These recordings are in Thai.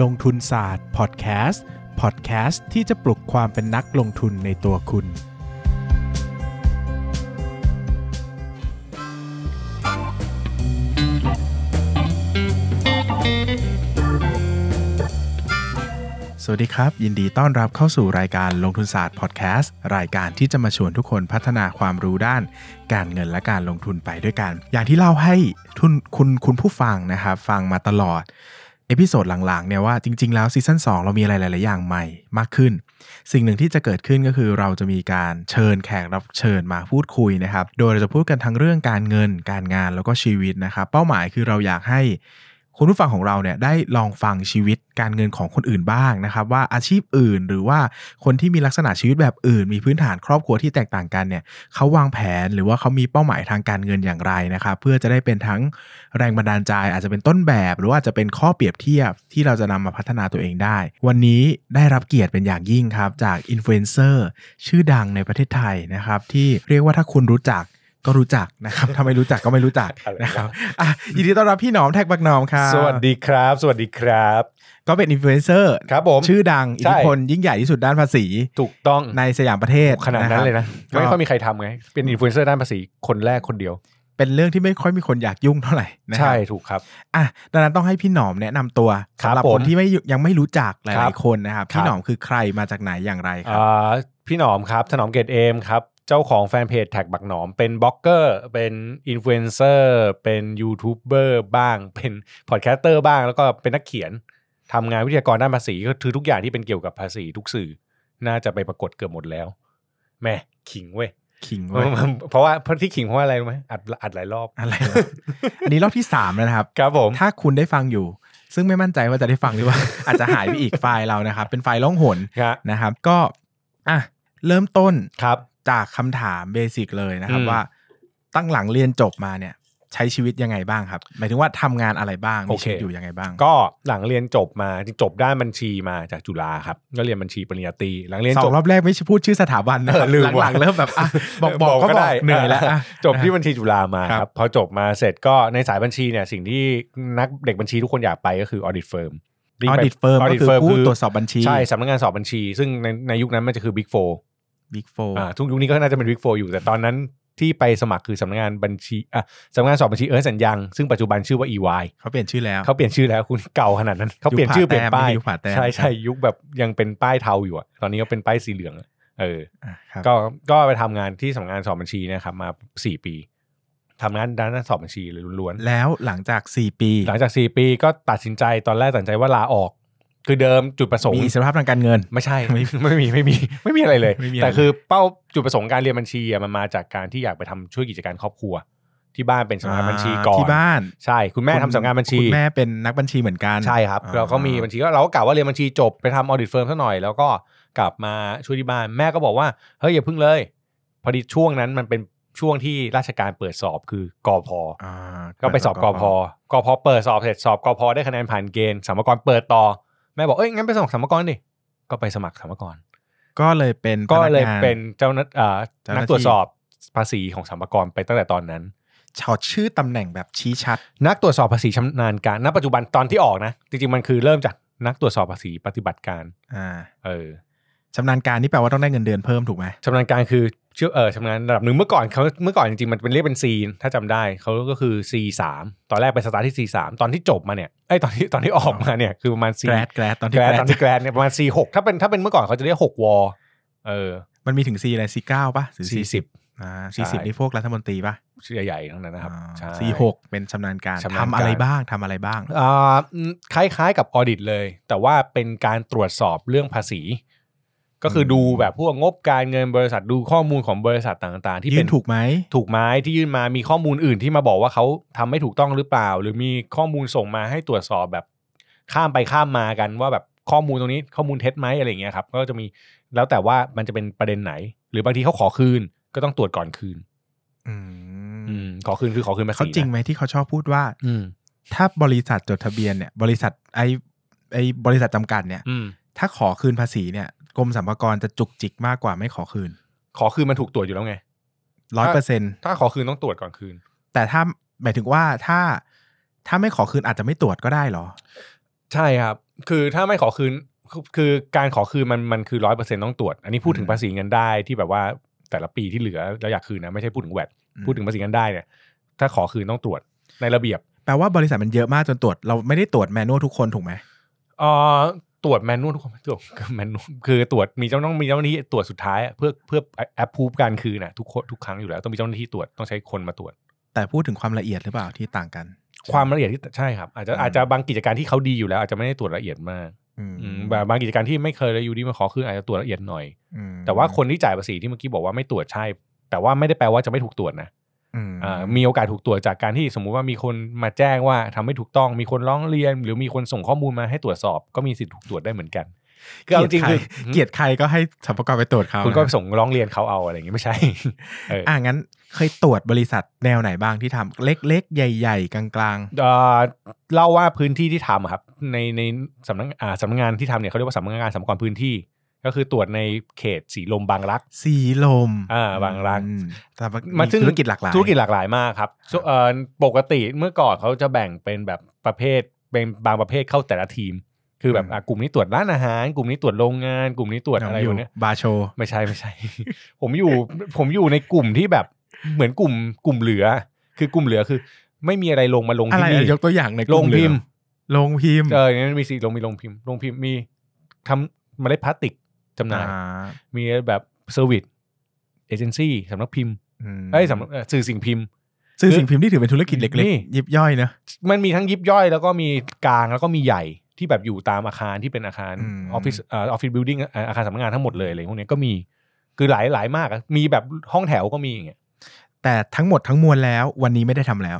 ลงทุนศาสตร์พอดแคสต์พอดแคสต์ที่จะปลุกความเป็นนักลงทุนในตัวคุณ สวัสดีครับ ยินดีต้อนรับเข้าสู่รายการลงทุนศาสตร์พอดแคสต์รายการที่จะมาชวนทุกคนพัฒนาความรู้ด้าน การเงินและการลงทุนไปด้วยกัน อย่างที่เล่าให้ทุนคุณคุณผู้ฟังนะครับฟังมาตลอด เอพิโซดหลังๆเนี่ยว่าจริง ๆ แล้วซีซั่น2เรามีอะไรหลาย ๆ อย่างใหม่มากขึ้น สิ่งหนึ่งที่จะเกิดขึ้นก็คือเราจะมีการเชิญแขกรับเชิญมาพูดคุยนะครับ โดยเราจะพูดกันทั้งเรื่องการเงิน การงานแล้วก็ชีวิตนะครับ เป้าหมายคือเราอยากให้ คุณผู้ฟังของเราเนี่ยได้ลองฟังชีวิตการเงินของคนอื่นบ้างนะครับ ว่าอาชีพอื่นหรือว่าคนที่มีลักษณะชีวิตแบบอื่น มีพื้นฐานครอบครัวที่แตกต่างกันเนี่ยเขาวางแผนหรือว่าเขามีเป้าหมายทางการเงินอย่างไรนะครับ เพื่อจะได้เป็นทั้ง แรงบันดาลใจอาจจะเป็นต้นแบบ หรือว่าอาจจะเป็นข้อเปรียบเทียบที่เราจะนำมาพัฒนาตัวเองได้ วันนี้ได้รับเกียรติเป็นอย่างยิ่งครับ จากอินฟลูเอนเซอร์ชื่อดังในประเทศไทยนะครับ ที่เรียกว่าถ้าคุณรู้จักก็รู้จักนะครับ ถ้าไม่รู้จักก็ไม่รู้จักนะครับอ่ะยินดีต้อนรับพี่หนอมแท็กบักหนอมครับ สวัสดีครับ สวัสดีครับ ก็เป็นอินฟลูเอนเซอร์ ครับผม ชื่อดังอิท ใช่ ธิพลยิ่งใหญ่ที่สุดด้านภาษี ถูกต้อง ในสยามประเทศ ขนาดะคนรันั้บ เลยนะ ก็ ไม่ค่อยมีใครทำไง เป็นอินฟลูเอนเซอร์ด้านภาษีคนแรกคนเดียว เป็นเรื่องที่ไม่ค่อยมีคนอยากยุ่งเท่าไหร่นะครับ ใช่ถูกครับ อ่ะดังนั้นต้องให้พี่หนอมแนะนำตัว ครับ สำหรั ผม คนที่ไม่ยังไม่รู้จักห ครั ลาย บ ๆคนนะครับ ครั พี่ บ หนอมคือใครมาจากไหนอย่างไรครับ อ่าพี่หนอมครับ ถนอมเกตเอมครับ เจ้าของแฟนเพจแท็กบักหนอม เป็นบล็อกเกอร์ เป็นอินฟลูเอนเซอร์ เป็นยูทูบเบอร์บ้าง เป็นพอดแคสเตอร์บ้าง แล้วก็เป็นนักเขียนทำงานวิทยากรด้านภาษีก็คือทุกอย่างที่เป็นเกี่ยวกับภาษีทุกสื่อ น่าจะไปปรากฏเกือบหมดแล้วแหม่ขิงเว้ย คิงเว้ย เพราะว่าเพราะที่ขิงเพราะว่าอะไรรู้ไหมอัดอัดหลายรอบ อะไรวะอันนี้รอบที่ 3 แล้วนะครับ ครับผม ถ้าคุณได้ฟังอยู่ ซึ่งไม่มั่นใจว่าจะได้ฟังหรือว่า อาจจะหายไปอีกไฟล์เรานะครับ เป็นไฟล์ล่องหน ครับ นะครับ ก็อ่ะเริ่มต้น ครับ จากคำถามเบสิกเลยนะครับ อืม ว่าตั้งหลังเรียนจบมาเนี่ย ใช้ชีวิตยังไงบ้างครับ หมายถึงว่าทำงานอะไรบ้างมีชีวิตอยู่ยังไงบ้าง ก็หลังเรียนจบมาจบด้านบัญชีมาจากจุฬาครับ ก็เรียนบัญชีปริญญาตรีหลังเรียน สอ จบ งรอบแรกไม่พูดชื่อสถาบันนะ เออลืม หลังๆ ว่ะ เริ่มแบบอ่ะบอกบอกก็บอกเหนื่อยแล้วอ่ะ จบที่บัญชีจุฬามา ค ค รั รับ บ พอจบมาเสร็จก็ในสายบัญชีเนี่ยสิ่งที่นักเด็กบัญชีทุกคนอยากไปก็คือ audit firm ออดิตเฟิร์มก็คือผู้ตรวจสอบบัญชี ใช่สำนักงานสอบบัญชี ซึ่งในในยุคนั้นมันจะคือ Big Four บิ๊กโฟ อ่าทุกยุคนี้ก็น่าจะเป็น Big Four อยู่แต่ตอนนั้นที่ไปสมัครคือสำนักงานบัญชีอ่ะสำนักงานสอบบัญชีเอิร์ธสัญญังซึ่งปัจจุบันชื่อว่า EY เขาเปลี่ยนชื่อแล้ว เขาเปลี่ยนชื่อแล้วคุณเก่าขนาดนั้นเขาเปลี่ยนชื่อเปลี่ยนป้าย ยุคผาแต้มไม่ใช่ยุคผาแต้ม ใช่ใช่ยุคแบบยังเป็นป้ายเทาอยู่อะตอนนี้ก็เป็นป้ายสีเหลืองอะเออ อ่ะครับ ก็ก็ไปทำงานที่สำนักงานสอบบัญชีเนะครับมาสี่ปีทำงานด้านสอบบัญชีเลยล้วน แล้วหลังจาก 4 ปี ๆหลังจากสี่ปีก็ตัดสินใจตอนแรกตัดสินใจว่าลาออก คือเดิมจุดประสง มี ค์ อิสรภาพทางการเงิน ไม่ใช่ ไม่ ไม่มีไม่มีไม่มีอะไรเลย ไม่มีอะไร แต่คือเป้าจุดประสงค์การเรียนบัญชีอะมันมาจากการที่อยากไปทำช่วยกิจการครอบครัว ที่บ้านเป็นสำนักงานบัญชีก่อน ที่บ้าน ใช่คุณแม่ทำสำนักงานบัญชี คุณแม่เป็นนักบัญชีเหมือนกัน ใช่ครับ อ่ เราก็มีบัญชีก็เราก็กล่าวว่าเรียนบัญชีจบไปทำออดิตเฟิร์มสักหน่อยแล้วก็กลับมาช่วยที่บ้านแม่ก็บอกว่าเฮ้ยอย่าเพึ่งเลย พอดีช่วงนั้นมันเป็นช่วงที่ราชการเปิดสอบคือกอพอ อ่า ก็ไปสอบกอพอกอพอเปิดสอบเสร็จสอบกอพอได้คะแนนผ่านเกณฑ์สมกรเปิดต่อ แม่บอกเอ้ยงั้นไปสมัครสมกรดิก็ไปสมัครสมกร ก็เลยเป็น ก็เลย พงา เป็นเจ้าหนักอ่า เจ้าหน้าที่ นักตรวจสอบภาษีของสมกรไปตั้งแต่ตอนนั้น ชอตชื่อตำแหน่งแบบชี้ชัด นักตรวจสอบภาษีชำนาญการณปัจจุบันตอนที่ออกนะ จริงๆมันคือเริ่มจากนักตรวจสอบภาษีปฏิบัติการ อ่า เออ ชำนาญการนี่แปลว่าต้องได้เงินเดือนเพิ่มถูกไหม ชำนาญการคือเชื่อเออชำนาญระดับหนึ่งเมื่อก่อนเขาเมื่อก่อนจริงๆ มันเป็นเรียกเป็นซีนถ้าจำได้เขาก็คือ C3 ตอนแรกไปสตาร์ทที่ C3 ตอนที่จบมาเนี่ยไอยตอนที่ตอนที่ออกมาเนี่ยคือประมาณ C แกรดแกรดตอนที่ แกร แก ด รด ตอนที่แกรดเนี่ยประมาณ C6 ถ้าเป็นถ้าเป็นเมื่อก่อนเขาจะเรียก6วอเออ มันมีถึง C อะไร C 9ป่ะหรือ C 40 10อ่า C 10นี่พวกรัฐมนตรีป่ะ ชื่อใหญ่ๆทั้งนั้นนะครับ อ่า ใช่ C 6เป็นชำนาญการ ชำนาญ ทำอะไร การ บ้างทำอะไรบ้าง อ่าอืมคล้ายๆกับออดิตเลย แต่ว่าเป็นการตรวจสอบเรื่องภาษี ก็คืออ ม ดูแบบพวกงบการเงินบริษัทดูข้อมูลของบริษัทต่างๆ ที่ ยื่ เป็น น ถูกไหม ถูกไหมที่ยื่นมามีข้อมูลอื่นที่มาบอกว่าเขาทำไม่ถูกต้องหรือเปล่า หรือมีข้อมูลส่งมาให้ตรวจสอบแบบข้ามไปข้ามมากันว่าแบบข้อมูลตรงนี้ข้อมูลเท็จไหมอะไรอย่างเงี้ยครับก็จะมีแล้วแต่ว่ามันจะเป็นประเด็นไหน หรือบางทีเขาขอคืนก็ต้องตรวจก่อนคืน อื อื ม มขอคืนคือขอคืนภาษี เขาจริงไหมที่เขาชอบพูดว่า อืม ถ้าบริษัทจดทะเบียนเนี่ย บริษัทไอไอบริษัทจำกัดเนี่ย อืม ถ้าขอคืนภาษีเนี่ยกรมสรรพากรจะจุกจิกมากกว่าไม่ขอคืน ขอคืนมันถูกตรวจอยู่แล้วไง ร้อย ถ้า เปอร์เซ็นต์ ถ้าขอคืนต้องตรวจก่อนคืน แต่ถ้าหมายถึงว่าถ้าถ้าไม่ขอคืนอาจจะไม่ตรวจก็ได้เหรอ ใช่ครับ คือถ้าไม่ขอคืนคือคือการขอคืนมันมันคือร้อยเปอร์เซ็นต้องตรวจ อันนี้พูดถึง อืม ภาษีเงินได้ที่แบบว่าแต่ละปีที่เหลือเราอยากคืนนะไม่ใช่พูดถึงแวดพูดถึงภาษีเงินได้เนี่ยถ้าขอคืนต้องตรวจในระเบียบ แปลว่าบริษัทมันเยอะมากจนตรวจ เราไม่ได้ตรวจแมนนวลทุกคนถูกไหม เอ่อตรวจแมนนวล ทุกคนไม่ตรวจแมนนวลคือตรวจมีเจ้าต้องมีเจ้าหน้าที่ตรวจสุดท้ายอะเพื่อเพื่อแอปพูฟการคืนน่ะทุกคนทุกครั้งอยู่แล้วต้องมีเจ้าหน้าที่ตรวจต้องใช้คนมาตรวจ แต่พูดถึงความละเอียดหรือเปล่าที่ต่างกัน ความละเอียดที่ใช่ครับอาจจะ อืม อาจจะบางกิจการที่เขาดีอยู่แล้วอาจจะไม่ได้ตรวจละเอียดมาก อืม อืมแบบบางกิจการที่ไม่เคยเลยอยู่ดีมาขอคืนอาจจะตรวจละเอียดหน่อย อืม แต่ว่าคนที่จ่ายภาษีที่เมื่อกี้บอกว่าไม่ตรวจใช่ แต่ว่าไม่ได้แปลว่าจะไม่ถูกตรวจนะ อืม อ่ามีโอกาสถูกตรวจจากการที่สมมุติว่ามีคนมาแจ้งว่าทำไม่ถูกต้องมีคนร้องเรียน หรือมีคนส่งข้อมูลมาให้ตรวจสอบก็มีสิทธิ์ถูกตรวจได้เหมือนกันคือเอาจริงๆคือ เกลียดใครก็ให้สรรพากรไปตรวจเขา คุณก็ไป นะ ส่งร้องเรียนเขาเอาอะไรอย่างงี้ไม่ใช่ เออ อ่ะงั้นเคยตรวจบริษัทแนวไหนบ้างที่ทำเล็กๆ ใหญ่ๆ กลาง เอ่อเล่าว่าพื้นที่ที่ทำอะครับในในสำนักอ่าสำนักงานที่ทำเนี่ยเขาเรียกว่าสำนักงานสำนักงานพื้นที่ ก็คือตรวจในเขตสีลมบางรัก ๆสีลม อ่าบางรัก อืมแต่ว่าม มันซึ่ง ธุรกิจหลากหลาย ธุรกิจหลากหลายมากครับ ครับ เอ่อปกติเมื่อก่อนเขาจะแบ่งเป็นแบบประเภทเป็นบางประเภทเข้าแต่ละทีม คือแบบอ่ะกลุ่มนี้ตรวจร้านอาหาร กลุ่มนี้ตรวจโรงงาน กลุ่มนี้ตรวจอะไรอย่างเนี้ย บาร์โชว์ ไม่ใช่ไม่ใช่ ผมอยู่ผมอยู่ในกลุ่มที่แบบเหมือนกลุ่มกลุ่มเหลือ คือกลุ่มเหลือคือ ไม่มีอะไรลงมาลง อะไร ที่นี่ ยกตัวอย่างในอย โรงพิมพ์ โรงพิมพ์ เออเนี่ยมีสีลงมีลงพิมพ์ลงพิมพ์มีทำเมล็ดพลาสติกจำหน่าย อ่า มีแบบเซอร์วิสเอเจนซี่สำนักพิมพ์ ม เอ้ยสำนักเอ่อสื่อสิ่งพิมพ์ ซึ่งสิ่งพิมพ์ที่ถือเป็นธุรกิจเล็ก นี่ ๆ ยิบย่อยเนอะ มันมีทั้งยิบย่อยแล้วก็มีกลางแล้วก็มีใหญ่ที่แบบอยู่ตามอาคารที่เป็นอาคาร อืม ออฟฟิศเอ่อออฟฟิศบิลดิ้งอาคารสำนักงานทั้งหมดเลยอะไรพวกเนี้ยก็มีคือหลายหลายมากอะมีแบบห้องแถวก็มีอย่างเงี้ย แต่ทั้งหมดทั้งมวลแล้ววันนี้ไม่ได้ทำแล้ว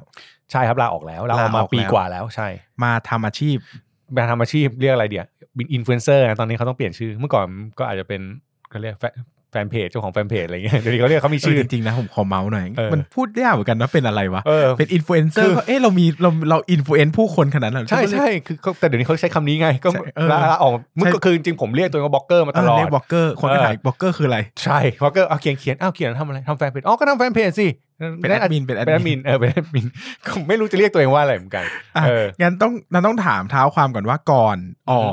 ใช่ครับลาออกแล้วลาออกมา ลาออกแล้ว ปีกว่าแล้วใช่ มาทำอาชีพ มาทำอาชีพเรียกอะไรเดียวบินอินฟลูเอนเซอร์นะตอนนี้เขาต้องเปลี่ยนชื่อเมื่อก่อนก็อาจจะเป็นเขาเรียกแฟนแฟนเพจเจ้าของแฟนเพจอะไรเงี้ยเดี๋ยวนี้เขาเรียกเขามี ชื่ ชื่ อ อ จริงๆนะผมขอเมาส์หน่อย เออ มันพูดยากเหมือนกันนะเป็นอะไรวะ เออ เป็นอินฟลูเอนเซอ คื ร์ อ ก็เอ๊ะเรามีเราเราอินฟลูเอนผู้คนขนาดนั้นเหรอ ใช่ใช่คือเขาแต่เดี๋ยวนี้เขาใช้คำนี้ไงก็ ใช่เออ ลาลาออกเมื่อ ใช่ ก็คือจริงๆผมเรียกตัวเองว่าบล็อกเกอร์มา เอ ต อ ลอด เรียกบล็อกเกอร์คน เออ ก็ถามบล็อกเกอร์คืออะไร ใช่บล็อกเกอร์เอาเขียนเขียนเอาเขียนทำอะไรทำแฟนเพจอ๋อก็ทำแฟนเพจสิ เป็นแอดมินเป็นแอ เป็นแอ ด ด มิ มิ น นเออเป็นแอดมินก็ไม่รู้จะเรียกตัวเองว่าอะไรเหมือนกัน อ่ะ เออ งั้นต้องนั้นต้องถามเท้าความก่อนว่าก่อนออ อื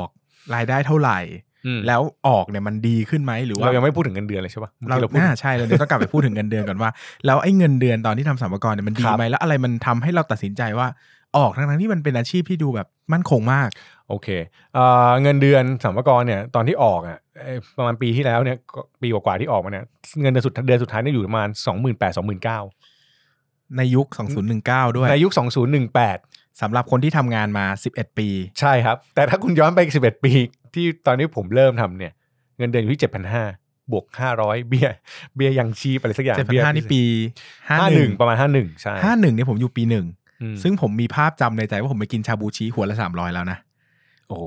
ก ม รายได้เท่าไหร่ อืม แล้วออกเนี่ยมันดีขึ้นไหมหรือว่า เรายังไม่พูดถึงเงินเดือนเลยใช่ปะมื่อ เรา กี้พูด น่าใช่เราเดี๋ยวต้องกลับไปพูดถึงเงินเดือนก่อนว่า แล้วไอ้เงินเดือนตอนที่ทำสัมภาระเนี่ยมันดี ครับ ไหมแล้วอะไรมันทำให้เราตัดสินใจว่าออกทั้งๆที่มันเป็นอาชีพที่ดูแบบมั่นคงมาก โอเคเอ่อเงินเดือนสัมภากรเนี่ยตอนที่ออกอ่ะเอ่อประมาณปีที่แล้วเนี่ยก็ปีกว่าๆที่ออกมาเนี่ยเงินเดือนสุดเดือนสุดท้ายเนี่ยอยู่ประมาณสองหมื่นแปดสองหมื่นเก้า ในยุค 2019 ด้วย ในยุคสองศูนย์หนึ่งแปด สำหรับคนที่ทำงานมา 11 ปี ใช่ครับ แต่ถ้าคุณย้อนไปอีก11 ปี ที่ตอนนี้ผมเริ่มทำเนี่ย เงินเดือนอยู่ที่ 7,500 บวก 500 เบี้ย เบี้ยยังชีพอะไรสักอย่างเบี้ย 7,500นี่ปี 51 ประมาณ 51 ใช่ 51 51เนี่ยผมอยู่ปีหนึ่ง อืม ซึ่งผมมีภาพจำในใจว่าผมไปกินชาบูชิหัวละ 300 แล้วนะ โอ้โห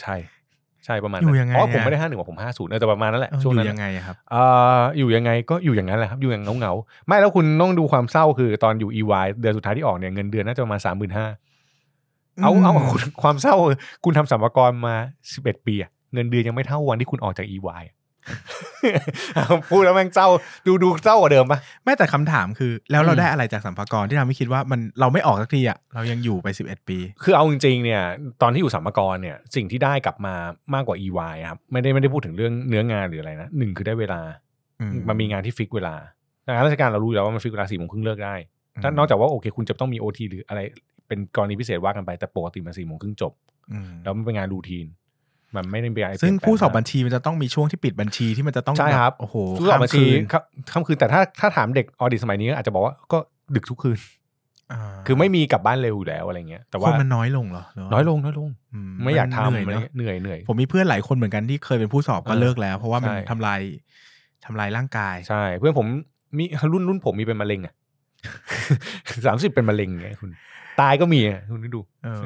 ใช่ ใช่ประมาณ อยู่ นั้น ยังไง อ๋อผม อะ ไม่ได้ 51ว่าผม 50เออแต่ประมาณนั้นแหละ เออ ช่วง อ นั้น ยู่ยังไงอะครับ เอ่ออยู่ยังไงก็อยู่อย่างนั้นแหละครับ อยู่อย่างเงาๆไม่แล้วคุณต้องดูความเศร้าคือตอนอยู่ EY เดือนสุดท้ายที่ออกเนี่ยเงินเดือนน่าจะประมาณ35,000เอาเอา อืม คุณความเศร้าคือคุณทำสัมภากรมา 11 ปีอะเงินเดือนยังไม่เท่าวันที่คุณออกจาก EY อะ เอาพูดแล้วแม่งเศร้าดูดูเศร้ากว่าเดิมปะ ไม่แต่คำถามคือ แล้วเรา อืม ได้อะไรจากสัมภาระที่ทำให้คิดว่ามันเราไม่ออกสักทีอะเรายังอยู่ไป 11 ปี คือเอาจริงๆเนี่ยตอนที่อยู่สัมภากระเนี่ยสิ่งที่ได้กลับมามากกว่า EY อะครับไม่ได้ไม่ได้พูดถึงเรื่องเนื้องานหรืออะไรนะหนึ่งคือได้เวลา อื มันมีงานที่ฟิกเวลางานราชการเรารู้อยู่แล้วว่ามันฟิกเวลาสี่โมงครึ่งเลิกได้ถ้านอกจากว่าโอเค คุณจะต้องมี OT หรืออะไรเป็นกรณีพิเศษว่ากันไปแต่ปกติมันสี่โมงครึ่งจบ อืม แล้วมันเป็นงานรูทีน มันไม่ได้เป็นอะไร ซึ่ง เลี่ยนแล ผู้สอบบั มาก ญชีมันจะต้องมีช่วงที่ปิดบัญชีที่มันจะต้อง ใช่ครับ แโอ้โห ผู้สอบบัญชี ข้ามคืน ครับค่ำคืนแต่ถ้าถ้าถามเด็กออดิสมัยนี้อาจจะบอกว่าก็ดึกทุกคืน า คือไม่มีกลับบ้านเร็วอยู่แล้วอะไรเงี้ยแต่ว่า คนมันน้อยลงเหรอหรืว่า น้อยลงน้อยลง ม ไม่อยาก น ทำ เหนื่ อะไร เนอะ เงี้ยเหนื่อยเหนื่อย ผมมีเพื่อนหลายคนเหมือนกันที่เคยเป็นผู้สอบก็ เออ เลิกแล้ว เพราะว่ามัน ใช่ ทำลายทำลายร่างกาย ใช่ เพื่อนผมมี รุ่นรุ่นผมมีเป็นมะเร็งอ่ะ สามสิบเป็นมะเร็งไงคุณ ตายก็มีอะคุณนึกดู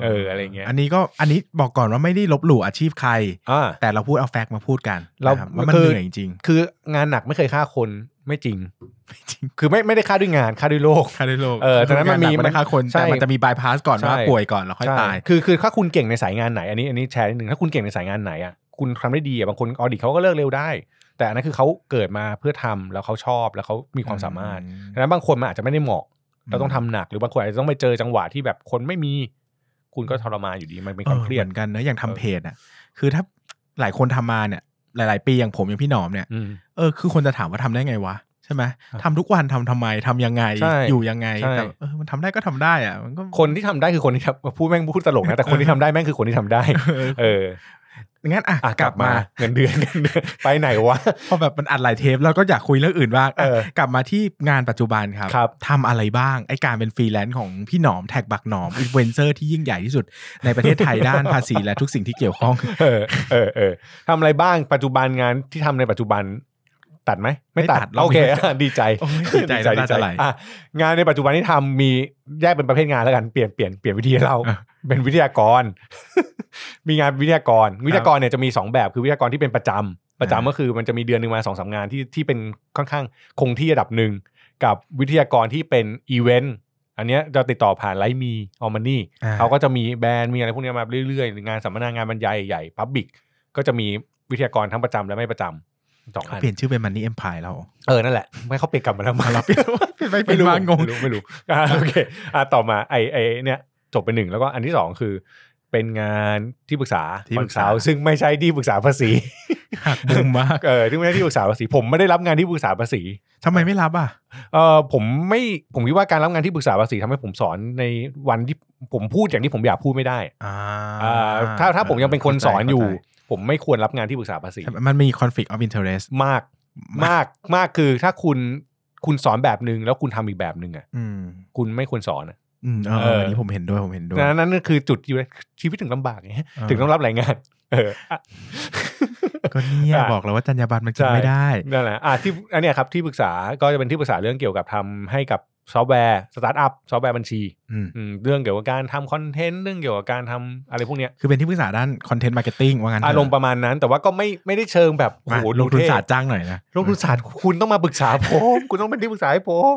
เอออะไรเงี้ย อันนี้ก็อันนี้บอกก่อนว่าไม่ได้ลบหลู่อาชีพใคร อ่า แต่เราพูดเอาแฟกต์มาพูดกัน เรา นะครับว่ามัน คือ เหนื่อยจริง คืองานหนักไม่เคยฆ่าคนไม่จริง จริง คือไม่ไม่ได้ฆ่าด้วยงานฆ่าด้วยโรค ค่าได้โลก เออแต่นั้นมันมี งาหกมันฆ่าคน ใช่ แต่มันจะมีบายพาสก่อน ใช่ ว่าป่วยก่อนแล้วค่อย ใช่ ตาย คือคือถ้าคุณเก่งในสายงานไหน อันนี้อันนี้แชร์นิดหนึ่งถ้าคุณเก่งในสายงานไหนอ่ะคุณทำได้ดีอ่ะบางคนออดิเขาก็เลิกเร็วได้ แต่อันนั้นคือเขาเกิดมาเพื่อทำแล้วเขาชอบแล้วเขามีความสามารถดังนั้นบางคนมันอาจจะไม่ได้เหมาะ เราต้องทำหนักหรือบางคนอาจจะต้องไปเจอจังหวะที่แบบคนไม่มี คุณก็ทรมานอยู่ดีมันเป็นความเครียด หอนกันเนอะอย่างทำ เออ เพจอ่ะ คือถ้าหลายคนทำมาเนี่ย หลาย ๆ ปีอย่างผมอย่างพี่หนอมเนี่ย อืม เออคือคนจะถามว่าทำได้ไงวะใช่ไหม ครับ ทำทุกวันทำทำไมทำยังไง ใช่ อยู่ยังไง ใช่ แต่เออมันทำได้ก็ทำได้อ่ะมันก็ คนที่ทำได้คือคนที่ทำพูดแม่งพูดตล กนะแต่คนที่ทำได้แม่งคือคนที่ทำได้ เออ เออ งั้นอ่ะ อ่ะ ก ก ลั ลั บบ มา มาเงินเดื อนเงินเดือนไปไหนวะ พอแบบมันอัดหลายเทปแล้วก็อยากคุยเรื่องอื่นบ้าง เออ ะกลับมาที่งานปัจจุบันครับ ครับ ทำอะไรบ้างไอการเป็นฟรีแลนซ์ของพี่หนอมแท็กบักหนอมอินฟลูเอนเซอร์ที่ยิ่งใหญ่ที่สุดในประเทศไทยด้าน ภาษีและทุกสิ่งที่เกี่ยวข้อง เออเออเออทำอะไรบ้างปัจจุบันงานที่ทำในปัจจุบัน ตัดไหมไม่ตัด ไม่ตัด โอเค เราไม่ตัด ดีใจ โอ้ยดีใจแล้วน่าจะไหล อ่ะงานในปัจจุบันที่ทำมีแยกเป็นประเภทงานแล้วกันเปลี่ยนเปลี่ยนเปลี่ยนวิธีเรา อ่ะ เป็นวิทยากร มีงานวิทยากร วิทยากรเนี่ยจะมีสองแบบคือวิทยากรที่เป็นประจำประจำ อ่า ก็คือมันจะมีเดือนหนึ่งมาสองสามงานที่ที่เป็นค่อนข้างคงที่ระดับหนึ่งกับวิทยากรที่เป็นอีเวนต์อันเนี้ยจะติดต่อผ่านไลมีออมมานี่ อ่ เขาก็จะมีแบรนด์มีอะไรพวกเนี้ยมาเรื่อยๆงานสัมมนางานบรรยายใหญ่พับบิกก็จะมีวิทยากรทั้งประจำและไม่ประจำสองอัน เปลี่ยนชื่อเป็นมันนี่เอ็มพายแล้วเหรอ เออนั่นแหละไม่เขาเปลี่ยนกลับ มาแล้วมา เป็นไปเป็นมางง ไม่รู้ไม่ รู้อ่าโอเคอ่าต่อมาไอไอเนี่ยจบไปหนึ่งแล้วก็อันที่สองคือ เป็นงานที่ปรึกษา ที่ปรึกษา ขอเซึ่งไม่ใช่ที่ปรึกษาภาษี หักมุมมาก เออที่ไม่ใช่ที่ปรึกษาภาษีผมไม่ได้รับงานที่ปรึกษาภาษี ทำไมไม่รับอ่ะ เออผมไม่ผมคิดว่าการรับงานที่ปรึกษาภาษีทำให้ผมสอนในวันที่ผมพูดอย่างที่ผมอยากพูดไม่ได้ อ่า อ่าถ้าถ้าผมยังเป็นคนสอนอยู่ เข้าใจ ผมไม่ควรรับงานที่ปรึกษาภาษี เข้าใจมันมี conflict of interest มากมากมากคือถ้าคุณคุณสอนแบบหนึ่งแล้วคุณทำอีกแบบหนึ่งอ่ะ อืม คุณไม่ควรสอนอะ อืมเออ เอออั อันนี้ผมเห็นด้วยผมเห็นด้วย ดังนั้นนั่นก็คือจุดอยู่ในชีวิตถึงลำบากไง เออ ถึงต้องรับรายงาน เอ ออ่ะ ก็เนี่ย อ่ะ บอกแล้วว่าจรรยาบรรณมันกิน ใช่ ไม่ได้ นั่นแหละอ่ะที่อันเนี้ยครับที่ปรึกษาก็จะเป็นที่ปรึกษาเรื่องเกี่ยวกับทำให้กับซอฟต์แวร์สตาร์ทอัพซอฟต์แวร์บัญชี อืม อืมเรื่องเกี่ยวกับการทำคอนเทนต์เรื่องเกี่ยวกับการทำอะไรพวกเนี้ย คือเป็นที่ปรึกษาด้าน content marketing ว่างั้นเถะ อารมณ์ประมาณนั้น แต่ว่าก็ไม่ไม่ได้เชิงแบบโอ้ มา โห ล ดู งทุน เท่ ศาสตร์จ้างหน่อยนะ ลงทุนศาสตร์คุณต้องมาปรึกษาผม คุณต้องเป็นที่ปรึกษาให้ผม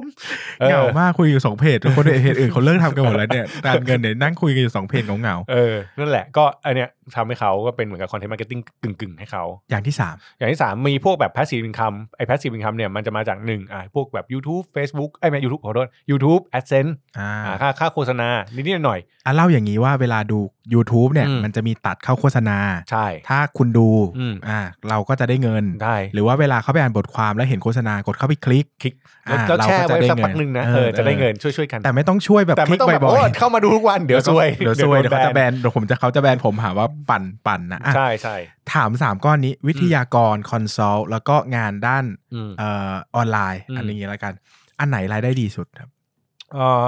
ออ เหงามากคุยอยู่สองเพจคนอื่นเพจอื่นเขาเลิกทำกันหมดแล้วเนี่ยการเงินเนี่ยนั่งคุยกันอยู่สองเพจเหงา เออนั่นแหละก็อันเนี้ยทำให้เขาก็เป็นเหมือนกับคอนเทนต์มาร์เก็ตติ้งกึ่งๆให้เขา ๆอย่างที่สาม อย่างที่สามมีพวกแบบ passive income ไอ้ passive income เนี่ยมันจะมาจากหนึ่งอ่ะพวกแบบ YouTube Facebook ไอ้ยไม่ YouTube ขอโทษ YouTube AdSense อ่า อ่าค่าค่าโฆษณา นิดนิดหน่อย อ่ะเล่าอย่างนี้ว่าเวลาดู YouTube เนี่ย อืม มันจะมีตัดเข้าโฆษณา ๆใช่ ถ้าคุณดู อืม อ่าเราก็จะได้เงิน ได้ หรือว่าเวลาเขาไปอ่านบทความแล้วเห็นโฆษณากดเข้าไปคลิก คลิก อ่า แล้วแช่ไว้ เราก็จะได้ สักพักหนึ่งนะ เงิน เอ เอ อ อ จะได้เงินช่วยช่วยๆกัน แต่ไม่ต้องช่วยแบบ แต่ คลิ ไม่ ก ต้องแบบ บ่ โอ้ อย เข้ามาดูทุกวันเดี๋ยวซวย เดี๋ยวซวยเดี๋ยวเขา โน จะแบนเดี๋ยวผมจะเขาจะแบนผมหาว่าปั่นปั่นนะอ่ะ ใช่ใช่ ถามสามก้อนนี้วิทยากรคอนซัลท์แล้วก็งานด้าน อืม เอ่อออนไลน์ อืม อันนี้แล้วกัน อันไหนรายได้ดีสุดครับ เอ่อ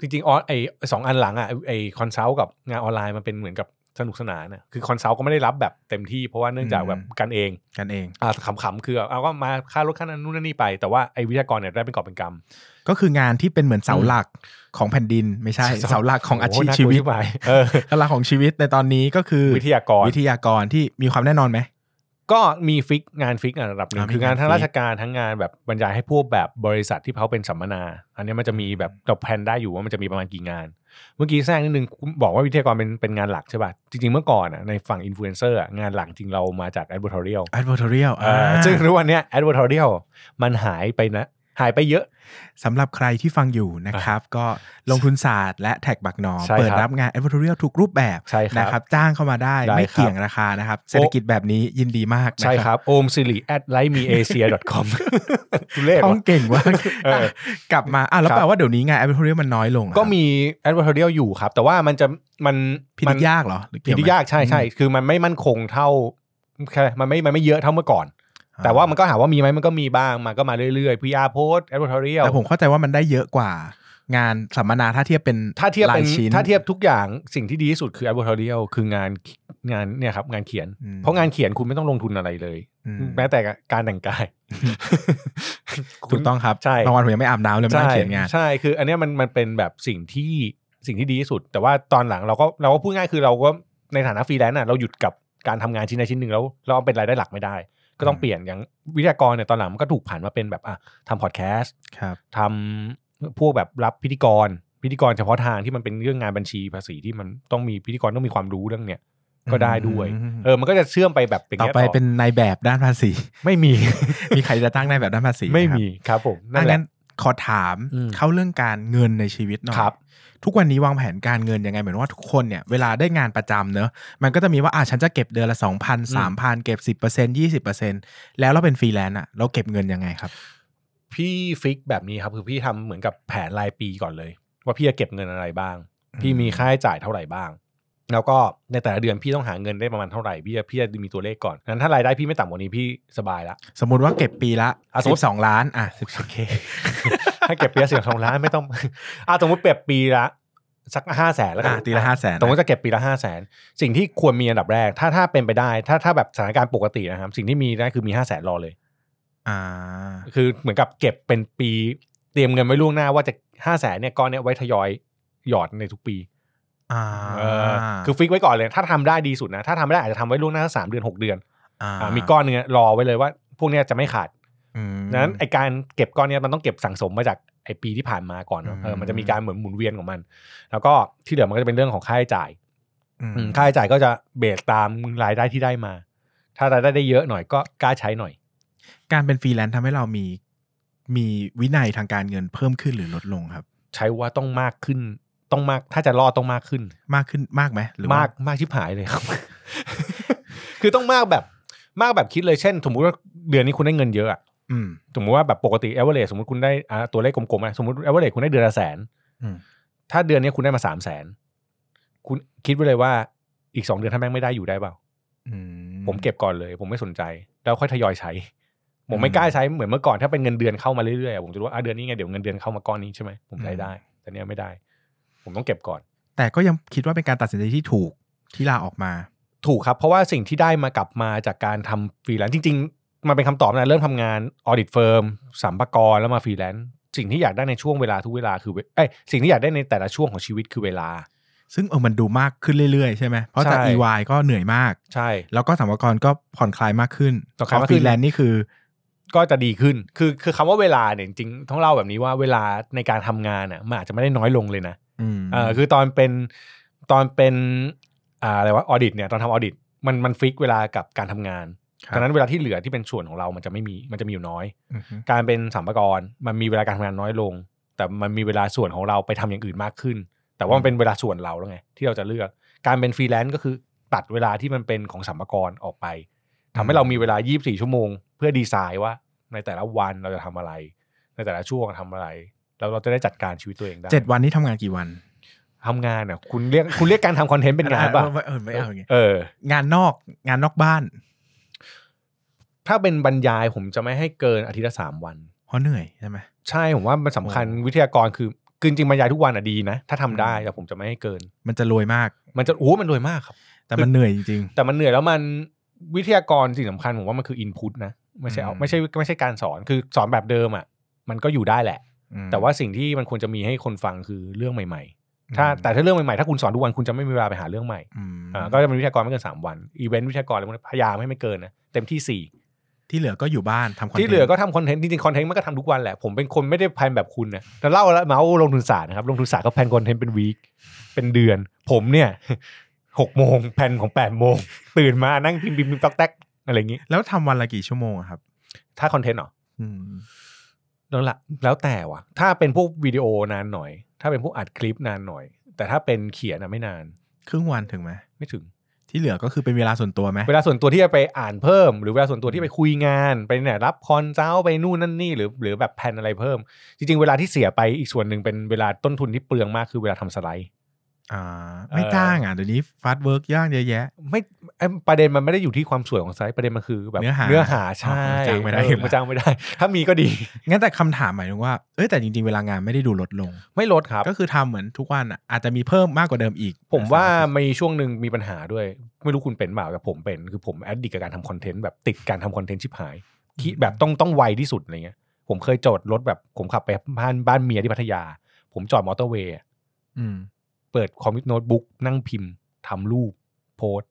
จริงๆออนไอสองอันหลังอ่ะไอ้ไอคอนซัลท์กับงานออนไลน์มันเป็นเหมือนกับสนุกสนานนะคือคอนซัลท์ก็ไม่ได้รับแบบเต็มที่เพราะว่าเนื่องจากแบบกันเอง กันเอง อ่าขำๆคือเอาก็มาค่ารถค่านั้นนู่นนั่นนี่ไป แต่ว่าไอ้วิทยากรเนี่ยได้เป็นกอบเป็นกำ ก็คืองานที่เป็นเหมือนเสา อืม หลักของแผ่นดินไม่ใช่ เสา เสาหลักของอาชีพชีวิต ไปเออ เสาหลักของชีวิตในตอนนี้ก็คือ วิทยากร วิทยากรที่มีความแน่นอนไหม ก็มีฟิกงานฟิกอ่ะระดับหนึ่ง อ่ามี คืองานทั้ง งาน รา ฟิก ชการทั้งงานแบบบรรยายให้พวกแบบบริษัทที่เขาเป็นสัมมนา อันเนี้ยมันจะมีแบบเราแพลนได้อยู่ว่ามันจะมีประมาณกี่งาน เมื่อกี้แซงนิดนึงบอกว่าวิทยากรเป็นเป็นงานหลักใช่ป่ะจริงๆเมื่อก่อนอ่ะในฝั่งอินฟลูเอนเซอร์งานหลักจริงเรามาจากแอดเวอร์ทอเรียล advertorial อ่า ซึ่งทุกวันเนี้ยแอดเวอร์ทอเรียลมันหายไปนะ หายไปเยอะ สำหรับใครที่ฟังอยู่นะครับ ก็ลงทุนศาสตร์และแท็กบักหนอม ใช่ครับ เปิดรับงาน advertorial ทุกรูปแบบ ใช่ค นะค รั รับ บ จ้างเข้ามาได้ ได้ ไม่ ครับ เกี่ยงราคานะครับ เศรษฐกิจแบบนี้ยินดีมากนะ ใช่ครับโอมสิริ at l i m e a s i a c o m ทุเรศ ต้อ วะ งเก่งว่าก เออ กลับมาอ่ะแล้วแปลว่าเดี๋ยวนี้งาน advertorial มันน้อยลงเหรอครับ ก็มี advertorial อยู่ครับ แต่ว่ามันจะมัน พิ มั นิจยากเหรอหรือ พิ เวไหม นิจยากใช่ใช่คือมันไม่มั่นคงเท่าแค่มันไม่มันไม่เยอะเท่าเมื่อก่อน แต่ว่ามันก็หาว่ามีไหมมันก็มีบ้างมันก็มาเรื่อยๆ PR post advertorial แต่ผมเข้าใจว่ามันได้เยอะกว่างานสัมมนาถ้าเทียบเป็น ถ้าเทียบ รา เป็ ย น ชิ้น ถ้าเทียบทุกอย่างสิ่งที่ดีที่สุดคือ advertorial คืองานงานเนี่ยครับงานเขียน อืม เพราะงานเขียนคุณไม่ต้องลงทุนอะไรเลย อืม แม้แต่การแต่งกาย ถูกต้องครับ ใช่ บางวันผมยังไม่อาบน้ำเลยไม่ได้เขียนงาน ใช่ คืออันเนี้ยมันมันเป็นแบบสิ่งที่สิ่งที่ดีที่สุด แต่ว่าตอนหลังเราก็เราก็พูดง่ายคือเราก็ในฐานะฟรีแลนซ์น่ะเราหยุดกับการทำงานชิ้นใดชิ้นหนึ่งแล้วเราเอาเป็นรายได้หลักไม่ได้ ก็ต้อง อืม เปลี่ยนอย่างวิทยากรเนี่ยตอนหลังมันก็ถูกผ่านมาเป็นแบบอ่ะทำพอดแคสต์ ครับ ทำพวกแบบรับพิธีกร พิธีกรเฉพาะทางที่มันเป็นเรื่องงานบัญชีภาษีที่มันต้องมีพิธีกรต้องมีความรู้เรื่องเนี้ยก็ได้ด้วยเออมันก็จะเชื่อมไปแบบเป็น ต่อ แง่ ไปเป็นนายแบบด้านภาษี ไม่มี มีใครจะจ้างนายแบบด้านภาษีห ไม่ ครับ มีครับผม อั นั่น น แหละ นั้นขอถาม อืม เข้าเรื่องการเงินในชีวิตหน่อย ครับ ทุกวันนี้วางแผนการเงินยังไงเหมือนว่าทุกคนเนี่ยเวลาได้งานประจำเนอะมันก็จะมีว่าอ่ะฉันจะเก็บเดือนละ 2,000 3,000 เก็บ 10% 20%แล้วเราเป็นฟรีแลนซ์อ่ะเราเก็บเงินยังไงครับ พี่ฟิกแบบนี้ครับคือพี่ทำเหมือนกับแผนรายปีก่อนเลย ว่าพี่จะเก็บเงินอะไรบ้าง พี่มีค่าใช้จ่ายเท่าไหร่บ้าง แล้วก็ในแต่ละเดือนพี่ต้องหาเงินได้ประมาณเท่าไหร่พี่จะพี่จะมีตัวเลขก่อนงั้นถ้ารายได้พี่ไม่ต่ำกว่านี้พี่สบายละ สมมติว่าเก็บปีละ อ่ะสมมุติ 12 ล้านอ่ะ โอเค ถ้าเก็บปีละสิบสองล้านไม่ต้อง อ่ะสมมติเปรียบปีละสักห้าแสนแล้วกั อ่ะ น ตีละห้าแสน สมมติจะเก็บปีละห้าแสนสิ่งที่ควรมีอันดับแรก ถ้าถ้าเป็นไปได้ ถ้าถ้าแบบสถานการณ์ปกตินะครับ สิ่งที่มีได้คือมีห้าแสนรอเลย อ่า คือเหมือนกับเก็บเป็นปีเตรียมเงินไว้ล่วงหน้าว่าจะห้าแสนเนี่ยก้อนเนี่ยไว้ทยอยหยอดในทุกปี อ่า เออคือฟิกไว้ก่อนเลย ถ้าทำได้ดีสุดนะ ถ้าทำไม่ได้อาจจะทำไว้ล่วงหน้าสามเดือนหกเดือน อ่า อ่ะมีก้อนหนึงเนี่ยรอไว้เลยว่า พวกเนี้ยจะไม่ขาด อืม ดังนั้นไอการเก็บก้อนเนี้ยมันต้องเก็บสั่งสมมาจากไอปีที่ผ่านมาก่อนเนอะ อืม เออมันจะมีการเหมือนหมุนเวียนของมัน แล้วก็ที่เหลือมันก็จะเป็นเรื่องของค่าใช้จ่าย อืม อืมค่าใช้จ่ายก็จะเบสตามรายได้ที่ได้มา ถ้ารายได้ได้เยอะหน่อยก็กล้าใช้หน่อย การเป็นฟรีแลนซ์ทำให้เรามีมีวินัยทางการเงินเพิ่มขึ้นหรือลดลงครับ ใช้ว่าต้องมากขึ้นต้องมากถ้าจะรอดต้องมากขึ้น มากขึ้นมากไหมหรือว่ มากมากชิบหายเลยครับ คือต้องมากแบบมากแบบคิดเลยเช่น สมมุติว่าเดือนนี้คุณได้เงินเยอะอะ อืม สมมุติว่าแบบปกติ a v e r a g e สมมติคุณได้อ่าตัวเลขกลมๆนะสมมติ a v e r a g e คุณได้เดือนละแสน อืม ถ้าเดือนนี้คุณได้มาสามแสนคุณคิดไว้เลยว่าอีกสองเดือนถ้าแม่งไม่ได้อยู่ได้เปล่า อืม ผมเก็บก่อนเลย ผมไม่สนใจ แล้วค่อยทยอยใช้ ผมไม่ อืม กล้าใช้เหมือนเมื่อก่อนถ้าเป็นเงินเดือนเข้ามาเรื่อยๆอะผมจะรู้ว่าอ่ะเดือนนี้ไงเดี๋ยวเงินเดือนเข้ามาก้อนนี้ใช่ไหมผมใช้ อืม ได้ แต่เนี้ยไม่ได้ ผมต้องเก็บก่อน แต่ก็ยังคิดว่าเป็นการตัดสินใจที่ถูกที่ลาออกมา ถูกครับ เพราะว่าสิ่งที่ได้มากลับมาจากการทำฟรีแลนซ์จริง ๆ มันเป็นคำตอบนะเริ่มทำงานออดิตเฟิร์มสัมภากรแล้วมาฟรีแลนซ์สิ่งที่อยากได้ในช่วงเวลาทุกเวลาคือเวเอ้ยสิ่งที่อยากได้ในแต่ละช่วงของชีวิตคือเวลา ซึ่งเออมันดูมากขึ้นเรื่อยๆใช่ไหมเพราะจาก ใช่ EY ก็เหนื่อยมาก ใช่ แล้วก็สัมภาระก็ผ่อนคลายมากขึ้น ผ่อนคลายมาก ฟ ขึ้น รีแลนซ์นี่คือ ก็จะดีขึ้น คือคือคำว่าเวลาเนี่ยจริงๆต้องเล่าแบบนี้ว่าเวลาในการทำงานอ่ะมันอาจจะไม่ได้น้อยลงเลยนะ อืม เออคือตอนเป็นตอนเป็นอ่าอะไรวะออดิตเนี่ยตอนทำออดิตมันมันฟิกเวลากับการทำงาน ครับ ดังนั้นเวลาที่เหลือที่เป็นส่วนของเรามันจะไม่มีมันจะมีอยู่น้อย อือฮึ การเป็นสัมภาระมันมีเวลาการทำงานน้อยลง แต่มันมีเวลาส่วนของเราไปทำอย่างอื่นมากขึ้น แต่ว่ามันเป็นเวลาส่วนเราแล้วไงที่เราจะเลือก การเป็นฟรีแลนซ์ก็คือตัดเวลาที่มันเป็นของสัมภาระออกไปทำให้เรามีเวลา 24 ชั่วโมง เพื่อดีไซน์ว่าในแต่ละวันเราจะทำอะไร ในแต่ละช่วงทำอะไร แล้วเราจะได้จัดการชีวิตตัวเองได้ เจ็ดวันนี้ทำงานกี่วัน ทำงานอ่ะคุณเรียกคุณเรียกการทำคอนเทนต์เป็นงานป่ะ ออเออไม่เอาอย่างเงี้ย เออ งานนอกงานนอกบ้าน ถ้าเป็นบรรยายผมจะไม่ให้เกินอาทิตย์ละสามวัน เพราะเหนื่อยใช่ไหม ใช่ผมว่ามันสำคัญ โอ้ วิทยากรคือคือจริงๆบรรยายทุกวันอ่ะดีนะ ถ้าทำได้ อืม แต่ผมจะไม่ให้เกิน มันจะรวยมาก มันจะโอ้มันรวยมากครับ แต่มันเหนื่อยจริง แต่มันเหนื่อยแล้วมันวิทยากรสิ่งสำคัญผมว่ามันคืออินพุตนะไม่ใช่เอา อืม ไม่ใช่ไม่ใช่การสอนคือสอนแบบเดิมอ่ะมันก็อยู่ได้แหละ ๆอืม แต่ว่าสิ่งที่มันควรจะมีให้คนฟังคือเรื่องใหม่ๆ ถ้าแต่ถ้าเรื่องใหม่ๆ ถ้าคุณสอนทุกวันคุณจะไม่มีเวลาไปหาเรื่องใหม่ อืม อ่าก็จะเป็นวิทยากรไม่เกินสามวันอีเวนต์วิทยากรอะไรพวกนี้พยายามให้ไม่เกินนะเต็มที่สี่ ที่เหลือก็อยู่บ้านทำคอนเทนต์ ที่เหลือก็ทำคอนเทนต์จริงๆคอนเทนต์มันก็ทำทุกวันแหละ ผมเป็นคนไม่ได้แพลนแบบคุณนะแต่เล่าแล้วเมาส์ลงทุนศาสตร์นะครับลงทุนศาสตร์ก็แพลนคอนเทนต์เป็นวีคเป็นเดือน ผมเนี่ย หกโมงแพลนของแปดโมงตื่นมานั่งพิมพ์พิมพ์พิมพ์ต๊อกแต๊กอะไรอย่างนี้ แล้วทำวันละกี่ชั่วโมงอะครับ ถ้าคอนเทนต์เหรอ อืม นั่นแหละแล้วแต่ว่ะ ถ้าเป็นพวกวิดีโอนานหน่อย ถ้าเป็นพวกอัดคลิปนานหน่อย แต่ถ้าเป็นเขียนนะไม่นาน ครึ่งวันถึงไหม ไม่ถึง ที่เหลือก็คือเป็นเวลาส่วนตัวไหม เวลาส่วนตัวที่จะไปอ่านเพิ่ม หรือเวลาส่วนตัวที่ไปคุยงานไปเนี่ยรับคอนเจ้าไปนู่นนั่นนี่หรือหรือแบบแผนอะไรเพิ่ม จริง ๆ เวลาที่เสียไปอีกส่วนหนึ่งเป็นเวลาต้นทุนที่เปลืองมากคือเวลาทำสไลด์ อ่า ไม่จ้างอ่ะ เดี๋ยวนี้ฟาสต์เวิร์กย่างเยอะแยะ ไม่เอ้ยประเด็นมันไม่ได้อยู่ที่ความสวยของสไลด์ประเด็นมันคือแบบ เนื้อหา ใช่ อ๋อจ้างไม่ได้ เออจ้างไม่ได้ ถ้ามีก็ดี งั้นแต่คำถามหมายถึงว่า เอ้ยแต่จริงๆ เวลางานไม่ได้ดูลดลง ไม่ลดครับ ก็คือทำเหมือนทุกวันอ่ะ อาจจะมีเพิ่มมากกว่าเดิมอีก ผมว่ามีช่วงหนึ่งมีปัญหาด้วย ไม่รู้คุณเป็นเปล่าแต่ผมเป็นคือผมแอดดิกกับการทำคอนเทนต์แบบติดการทำคอนเทนต์ชิบหายคิดแบบต้องต้องไวที่สุดอะไรเงี้ย ผมเคยจอดรถแบบผมขับไปบ้านบ้านเมียที่พัทยา ผมจอดมอเตอร์เวย์อะ อืม เปิดคอมพิวเตอร์โน้ตบุ๊กนั่งพิมพ์ทำรูปโพสต์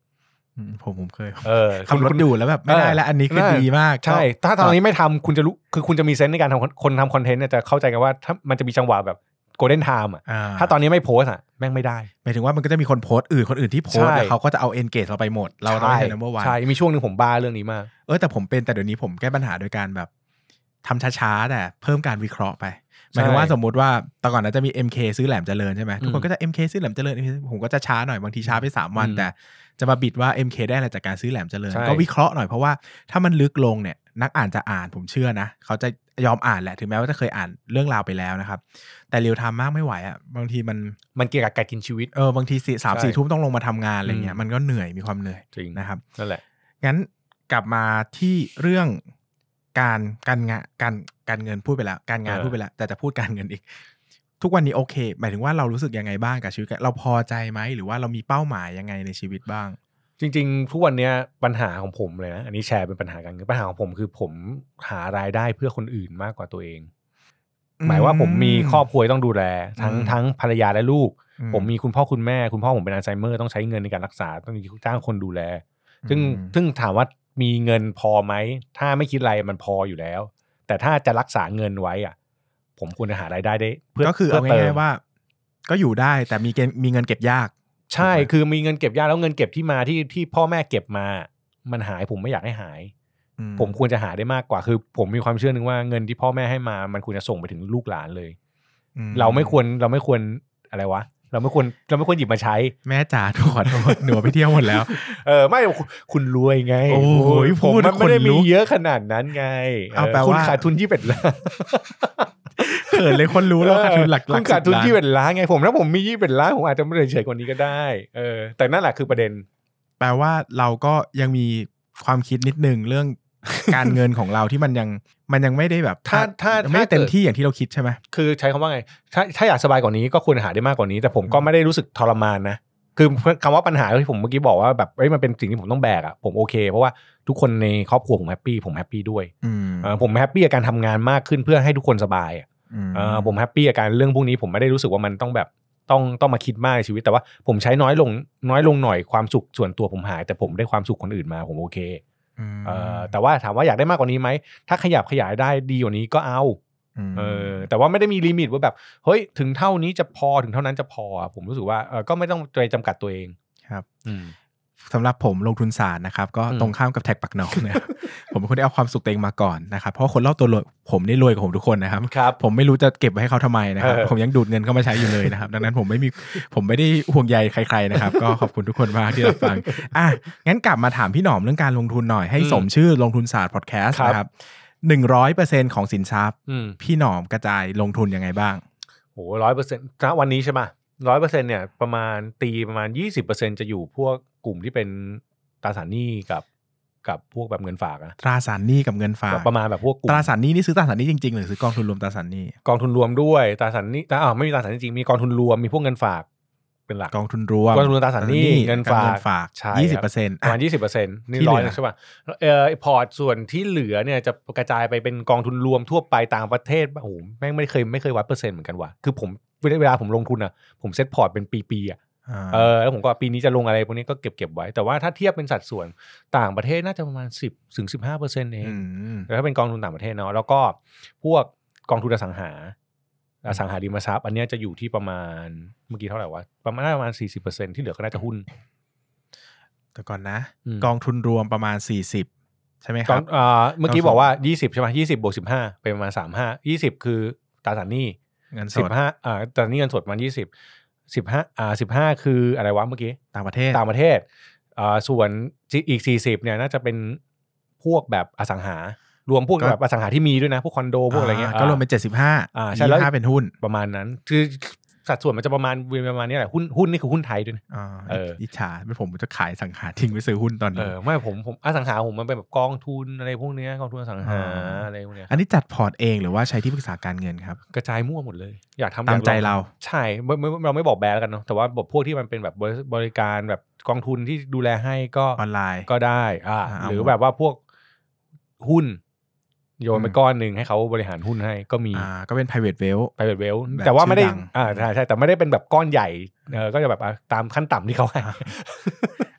อืมผมผมเคย เออ ขับรถ คุณ ดูแล้วแบบไม่ได้ เออ แล้วอันนี้คือ ใช่ ดีมาก ใช่ ถ้าตอนนี้ไม่ทำคุณจะรู้คือคุณจะมีเซนส์ในการทำคนทำคอนเทนต์เนี่ยจะเข้าใจกันว่าถ้ามันจะมีจังหวะแบบโกลเด้นไทม์อ่ะ อ่ ถ้าตอนนี้ไม่โพสอ่ะแม่งไม่ได้ หมายถึงว่ามันก็จะมีคนโพสต์อื่นคนอื่นที่โพสต์ ใช่ แล้วเขาก็จะเอาเอนเกจเราไปหมด เราต้องเป็น number one ใช่มีช่วงหนึ่งผมบ้าเรื่องนี้มาก เออแต่ผมเป็นแต่เดี๋ยวนี้ผมแก้ปัญหาโดยการแบบทำช้าๆแต่เพิ่มการวิเคราะห์ไป หมายถึง ใช่ ว่าสมมุติว่าแต่ก่อนนะจะมี MK ซื้อแหลมเจริญใช่ไหมทุกค อื น ม ก็จะ MK ซื้อแหลมเจริญ MK ผมก็จะช้าหน่อยบางทีช้าไป 3 วัน อืม แต่จะมาบิดว่า MK ได้อะไรจากการซื้อแหลมเจริญ ใช่ ก็วิเคราะห์หน่อยเพราะว่าถ้ามันลึกลงเนี่ยนักอ่านจะอ่านผมเชื่อนะ เขาจะยอมอ่านแหละถึงแม้ว่าจะเคยอ่านเรื่องราวไปแล้วนะครับ แต่เรียวทำมากไม่ไหวอ่ะบางทีมัน มันเกี่ยวกับการกินชีวิต เออบางทีสี่สามสี่ ใช่ ทุ่มต้องลงมาทำงานอะไรเงี้ย อืม มันก็เหนื่อยมีความเหนื่อย จริง นะครับ นั่นแหละ งั้นกลับมาที่เรื่องการการงานการการเงินพูดไปแล้ว การงาน เออ พูดไปแล้ว แต่จะพูดการเงินอีก ทุกวันนี้โอเค หมายถึงว่าเรารู้สึกยังไงบ้างกับชีวิตเราพอใจไหมหรือว่าเรามีเป้าหมายยังไงในชีวิตบ้าง จริงๆ ทุกวันเนี้ยปัญหาของผมเลยนะอันนี้แชร์เป็นปัญหากันคือปัญหาของผมคือผมหารายได้เพื่อคนอื่นมากกว่าตัวเอง อืม หมายว่าผมมีครอบครัวต้องดูแล ทั้ง อืม ทั้งภรรยาและลูก อื ผมมีคุณพ่อคุณแม่คุณพ่อผมเป็นอัลไซเมอร์ต้องใช้เงินในการรักษาต้องมีจ้างคนดูแล ซึ่ง อืม ซึ่งถามว่ามีเงินพอไหม ถ้าไม่คิดอะไรมันพออยู่แล้ว แต่ถ้าจะรักษาเงินไว้อ่ะ ผมควรจะหารายได้ได้ เพื่อ ก็คือเอา พื่ติ ง่ายๆมว่า ก็อยู่ได้แต่มีเกณฑ์มีเงินเก็บยาก ใช่คือมีเงินเก็บยากแล้วเงินเก็บที่มาที่ที่พ่อแม่เก็บมา มันหายผมไม่อยากให้หาย อื ผมควรจะหาได้มากกว่าคือ ผมมีความเชื่อหนึ่งว่าเงินที่พ่อแม่ให้มามันควรจะส่งไปถึงลูกหลานเลย อื เราไม่ควรเราไม่ควรอะไรวะ เราไม่ควรเราไม่ควรหยิบมาใช้ แม่จ๋าหนูขอโทษ หนูไปเที่ยวหมดแล้ว เออไม่คุณคุณรวยไง โอ้โห ผมมัน พูด ไม่ได้ ขนลุ มี ก เยอะขนาดนั้นไง เอาแปล คุณ ว่า ขาดทุนยี่สิบล้าน เขินเลยคนรู้แล้วขาดทุนหลัก คุ หลั ณ ก ขาดทุน สิบล้ ยี่สิบล้านไงผมถ้าผมมียี่สิบล้านผมอาจจะไม่ได้เฉยกว่านี้ก็ได้เออแต่นั่นแหละคือประเด็น แปลว่าเราก็ยังมีความคิดนิดนึงเรื่อง การเงินของเราที่มันยังมันยังไม่ได้แบบ ถ้าถ้า ไม่ได้ ถ้าเกิด เต็มที่อย่างที่เราคิดใช่ไหม คือใช้คำว่าไง ถ้าถ้าอยากสบายกว่านี้ก็ควรหาได้มากกว่านี้ แต่ผมก็ไม่ได้รู้สึกทรมานนะ คือคำว่าปัญหาที่ผมเมื่อกี้บอกว่าแบบเอ้ยมันเป็นสิ่งที่ผมต้องแบกอะผมโอเค เพราะว่าทุกคนในครอบครัวผมแฮปปี้ผมแฮปปี้ด้วย อืม เออผมแฮปปี้กับการทำงานมากขึ้นเพื่อให้ทุกคนสบายอะ ม เออผมแฮปปี้กับการเรื่องพวกนี้ผมไม่ได้รู้สึกว่ามันต้องแบบต้องต้องมาคิดมากในชีวิตแต่ว่าผมใช้น้อยลงน้อยลงหน่อยความสุขส่วนตัวผมหาย แต่ผมได้ความสุขคนอื่นมาผมโอเค ม เออแต่ว่าถามว่าอยากได้มากกว่านี้ไหมถ้าขยับขยายได้ดีกว่านี้ก็เอา ม เออแต่ว่าไม่ได้มีลิมิตว่าแบบเฮ้ยถึงเท่านี้จะพอถึงเท่านั้นจะพออะผมรู้สึกว่าเออก็ไม่ต้องไปจำกัดตัวเอง ครับสำหรับผมลงทุนศาสตร์นะครับ ก็ อืม ตรงข้ามกับแท็กปักหนอง นะครับ ผมเป็นคนที่เอาความสุขตัวเองมาก่อนนะครับเพราะคนรอบตัวรวยผมนี่รวยกว่าผมทุกคนนะครับ ครับ ผมไม่รู้จะเก็บไว้ให้เขาทำไมนะครับ เออ ผมยังดูดเงินเข้ามาใช้อยู่เลยนะครับ ดังนั้นผมไม่มีผมไม่ได้ห่วงใยใคร ๆ นะครับ ก็ขอบคุณทุกคนมากที่รับฟังอ่ะงั้นกลับมาถามพี่หนอมเรื่องการลงทุนหน่อยให้สมชื่อลงทุนศาสตร์พอดแคสต์นะครับหนึ่งร้อยเปอร์เซ็นของสินทรัพย์ อืม พี่หนอมกระจายลงทุนยังไงบ้าง โหร้อยเปอร์เซ็นต์ณวันนี้ใช่ไหมร้อยเปอร์เซ็นต์เนี่ยประมาณตีประมาณยี่สิบเปอร์เซ็นต์จะอยู่พวกกลุ่มที่เป็นตราสารหนี้กับกับพวกแบบเงินฝากอะ ตราสารหนี้กับเงินฝาก ประมาณแบบพวกกลุ่ ต ม ราสารหนี้นี่ซื้อตราสารหนี้จริงๆหรือซื้อกองทุนรวมตราสารหนี้ กองทุนรวมด้วยตราสารหนี้แต่อ้าวไม่มีตราสารหนี้จริงมีกองทุนรวมมีพวกเงินฝากเป็นหลัก กองทุนรวม กองทุนรวมตราสารหนี้เงินฝาก เงินฝาก ใช่ ยี่ ค สิ รั บบ เปอร์เซ็นต์ ประมาณยี่สิบเปอร์เซ็นต์นี่ ที่ ร้ เห อย ลือ ใช่ป่ะเออพอร์ตส่วนที่เหลือเนี่ยจะกระจายไปเป็นกองทุนรวมทั่วไปต่างประเทศโอ้โหแม่งไม่เคยไม่เคยวัดเปอร์เซ็นต์เหมือนกันว่ะคือผมเวลาผมลงทุนอ่ะผมเซ็ตพอร์ตเป็นปีๆอ่ะเออแล้วผมก็ปีนี้จะลงอะไรพวกนี้ก็เก็บเก็บไว้ แต่ว่าถ้าเทียบเป็นสัดส่วนต่างประเทศน่าจะประมาณ 10ถึง15เปอร์เซ็นต์เองแต่ถ้าเป็นกองทุนต่างประเทศเนาะแล้วก็พวกกองทุนอสังหาอสังหาริมทรัพย์ อันเนี้ยจะอยู่ที่ประมาณเมื่อกี้เท่าไหร่วะประมาณน่าประมาณ40%ที่เหลือก็น่าจะหุ้น แต่ก่อนนะ อืม กองทุนรวมประมาณสี่สิบใช่ไหมค ตอ รั น บ เอ่อเมื่อคกี้รับ บอกว่า 20 ใช่ไหมยี่สิบบวกสิบห้าเป็นประมาณสามห้ายี่สิบคือตราสารหนี้ เงินส สิ ด บห้าอ่าตราสารหนี้เงินสดประมันยี่สิบสิบห้าอ่าสิบห้าคืออะไรวะเมื่อกี้ ต่างประเทศ ต่างประเทศอ่าส่วนอีกสี่สิบเนี่ยน่าจะเป็นพวกแบบอสังหา รวมพวกแบบอสังหาที่มีด้วยนะ พวกคอนโดพวกอะไรเงี้ย าก็รวมเป็น อ่า เจ็ดสิบห้า อ่าใช่ ยี่ แล้ว ห้าเป็นหุ้น ประมาณนั้น คือสัดส่วนมันจะประมาณเวียนประมาณนี้แหละหุ้นหุ้นนี่คือหุ้นไทยด้วยนะ อ่า เอออิ อิจฉาไม่ผมจะขายสังหารทิ้งไปซื้อหุ้นตอน เอ นี้ อไม่ผมผมอสังหาผมมันเป็นแบบกองทุนอะไรพวกเนี้ยกองทุนอสังหา อ่า อะไรพวกเนี้ย อันนี้จัดพอร์ตเองหรือว่าใช้ที่ปรึกษาการเงินครับ กระจายมั่วหมดเลย อยากทำ ตาม อยกลอง ใจเรา ใช่ไม่ไม่เราไม่บอกแบรนด์แล้วกันเนาะแต่ว่าบอกพวกที่มันเป็นแบบบริบริการแบบกองทุนที่ดูแลให้ก็ ออนไลน์ ก็ได้อ่า อ่าเอา หรือแบบว่าพวกหุ้น โยนไป อืม ก้อนหนึ่งให้เขาบริหารหุ้นให้ก็มี อ่าก็เป็น private wealth ไปแบบเวล แบบ แต่ว่าไม่ได้ ชื่อดัง อ่าใช่ใช่แต่ไม่ได้เป็นแบบก้อนใหญ่เออก็จะแบบอ่ะตามขั้นต่ำที่เขา ให้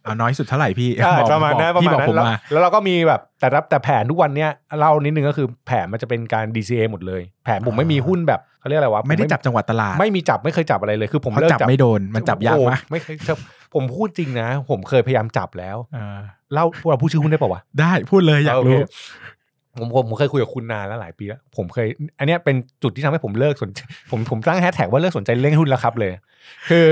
เอาน้อยสุดเท่าไหร่พี่ อ่า บอก ประมาณนั้น บอกประ พี่ มาณ บอก นั้ ผ น ม แล้ว มา แล้วเราก็มีแบบแต่รับแต่แผนทุกวันเนี้ยเล่านิดนึงก็คือแผนมันจะเป็นการ DCA หมดเลย แผนผมไม่มีหุ้นแบบเขาเรียกอะไรวะผ ไม่ได้จับจังหวัดตลาด ไม่มีจับไม่เคยจับอะไรเลยคือผม เพราะ เลิก จับไม่โดนมันจับยาก โอ้โห มาก ไม่เคยจับผมพูดจริงนะ ผมเคยพยายามจับแล้ว อ่า เล่าเราพูดชื่อหุ้นได้ป่าวะ ได้พูดเลยอยาก โเค รู้ ผมผมผมเคยคุยกับคุณนานแล้วหลายปีแล้ว ผมเคย อันเนี้ยเป็นจุดที่ทำให้ผมเลิกสน ผมผมตั้งแฮชแท็กว่าเลิกสนใจเรื่องหุ้นแล้วครับเลย คือ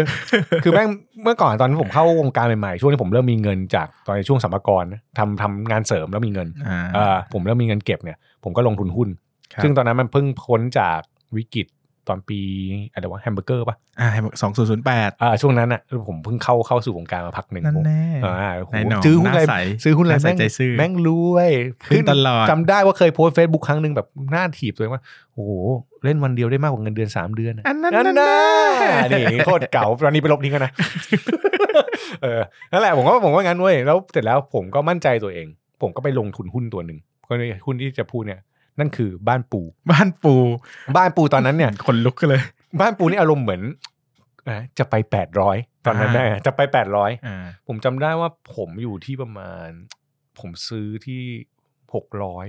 คือแม่งเมื่อก่อนตอนที่ผมเข้าวงการใหม่ๆช่วงที่ผมเริ่มมีเงินจากตอนในช่วงสัมภาระทำทำงานเสริมแล้วมีเงิน อ่า เอ่อผมเริ่มมีเงินเก็บเนี่ยผมก็ลงทุนหุ้น ครับ ซึ่งตอนนั้นมันเพิ่งพ้นจากวิกฤตตอนปีอะไรวะแฮมเบอร์เกอร์ป่ะ อ่าให้บอกสองศูนย์ศูนย์แปด อ่าช่วงนั้นอ่ะผมเพิ่งเข้าเข้าสู่วงการมาพักหนึ่ง นั่น ผม แน่ อ่าผม นายหนอม ซื้อหุ้น หน้า อะไร ใส ซื้อหุ้นอะไร หาใส แม่ง ใจซื่อ แม่งรวย ขึ้นตลอด จำได้ว่าเคยโพสเฟซบุ๊กครั้งหนึ่งแบบหน้าถีบตัวเองว่าโอ้โห เล่นวันเดียวได้มากกว่าเงินเดือนสามเดือนอะ อันนั้น นั่น แ นะนี่โคตรเก่าตอนนี้ไปลบทิ้งกันนะ เออนั่นแหละผมก็ผมว่างั้นเว้ยแล้วเสร็จแล้วผมก็มั่นใจตัวเอง ผมก็ไปลงทุนหุ้นตัวหนึ่งก็เลยหุ้นที่จะพูดเนี่ย นั่นคือบ้านปู บ้านปู บ้านปูตอนนั้นเนี่ย ขนลุกเลย บ้านปูนี่อารมณ์เหมือนเอ่อจะไปแปดร้อยตอนนั้น อ่า แม่จะไปแปดร้อย อ่า ผมจำได้ว่าผมอยู่ที่ประมาณ ผมซื้อที่หกร้อย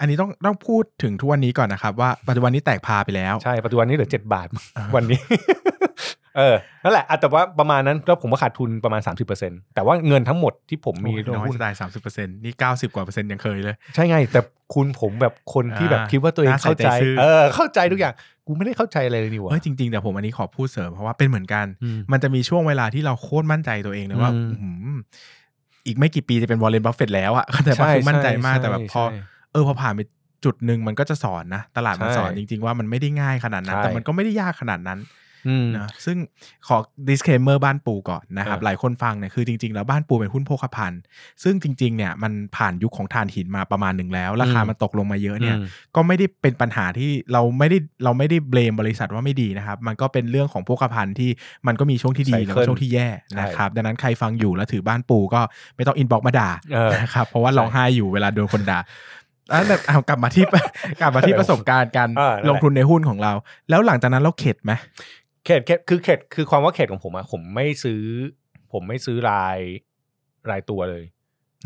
อันนี้ต้องต้องพูดถึงทุกวันนี้ก่อนนะครับ ว่าปัจจุบันนี้แตกพาไปแล้ว ใช่ปัจจุบันนี้เหลือเจ็ดบาท อ่า วันนี้ เออนั่นแหละอ่ะแต่ว่าประมาณนั้นแล้วผมก็ขาดทุนประมาณ 30%แต่ว่าเงินทั้งหมดที่ผมมี มี ลง น้อย หุ้น ได้สามสิบเปอร์เซ็นต์นี่เก้าสิบกว่าเปอร์เซ็นต์ยังเคยเลย ใช่ไง แต่คุณผมแบบคนที่แบบ อ่า คิดว่าตัวเอง น่าใส่ เข้าใจ ใจซื่อ เออ เข้าใจทุกอย่าง กูไม่ได้เข้าใจอะไรเลยนี่หว่า เอ้ยจริงๆ แต่ผมอันนี้ขอพูดเสริมเพราะว่าเป็นเหมือนกัน อืม มันจะมีช่วงเวลาที่เราโคตรมั่นใจตัวเองเลยว่า อืม อื้อหืออีกไม่กี่ปีจะเป็นวอลเลนบัฟเฟตแล้วอ่ะ เข้าใจปะคือมั่นใจมากแต่แบบพอ ใช่ เออพอผ่านไปจุดหนึ่งมันก็จะสอนนะ ตลาดมัน ใช่ สอนจริง ๆ ว่ามันไม่ได้ง่ายขนาดนั้น ใช่ แต่มันก็ไม่ได้ยากขนาดนั้น อืม นะซึ่งขอ disclaimer บ้านปูก่อนนะครับ เออ หลายคนฟังเนี่ยคือจริง ๆ แล้วบ้านปูเป็นหุ้นโภคภัณฑ์ซึ่งจริง ๆ เนี่ยมันผ่านยุคของถ่านหินมาประมาณหนึ่งแล้ว ราคามันตกลงมาเยอะเนี่ย อืม ก็ไม่ได้เป็นปัญหาที่เราไม่ได้เราไม่ได้เบลมบริษัทว่าไม่ดีนะครับ มันก็เป็นเรื่องของโภคภัณฑ์ที่มันก็มีช่วงที่ดี Cycle แล้วก็ช่วงที่แย่นะครับ ดังนั้นใครฟังอยู่แล้วถือบ้านปูก็ไม่ต้องอินบ็อกมาด่า เออ นะครับ เพราะว่าร้องไห้อยู่เวลาโดนคนด่าอ่ะแต่เอากลับมาที่ กลับมาที่ประสบการณ์การ เออนั่นแหละ ลงทุนในหุ้นของเรา แล้วหลังจากนั้นเราเข็ดไหม เขตเขตคือเขตคือความว่าเขตของผมอะผมไม่ซื้อ ผมไม่ซื้อรายรายตัวเลย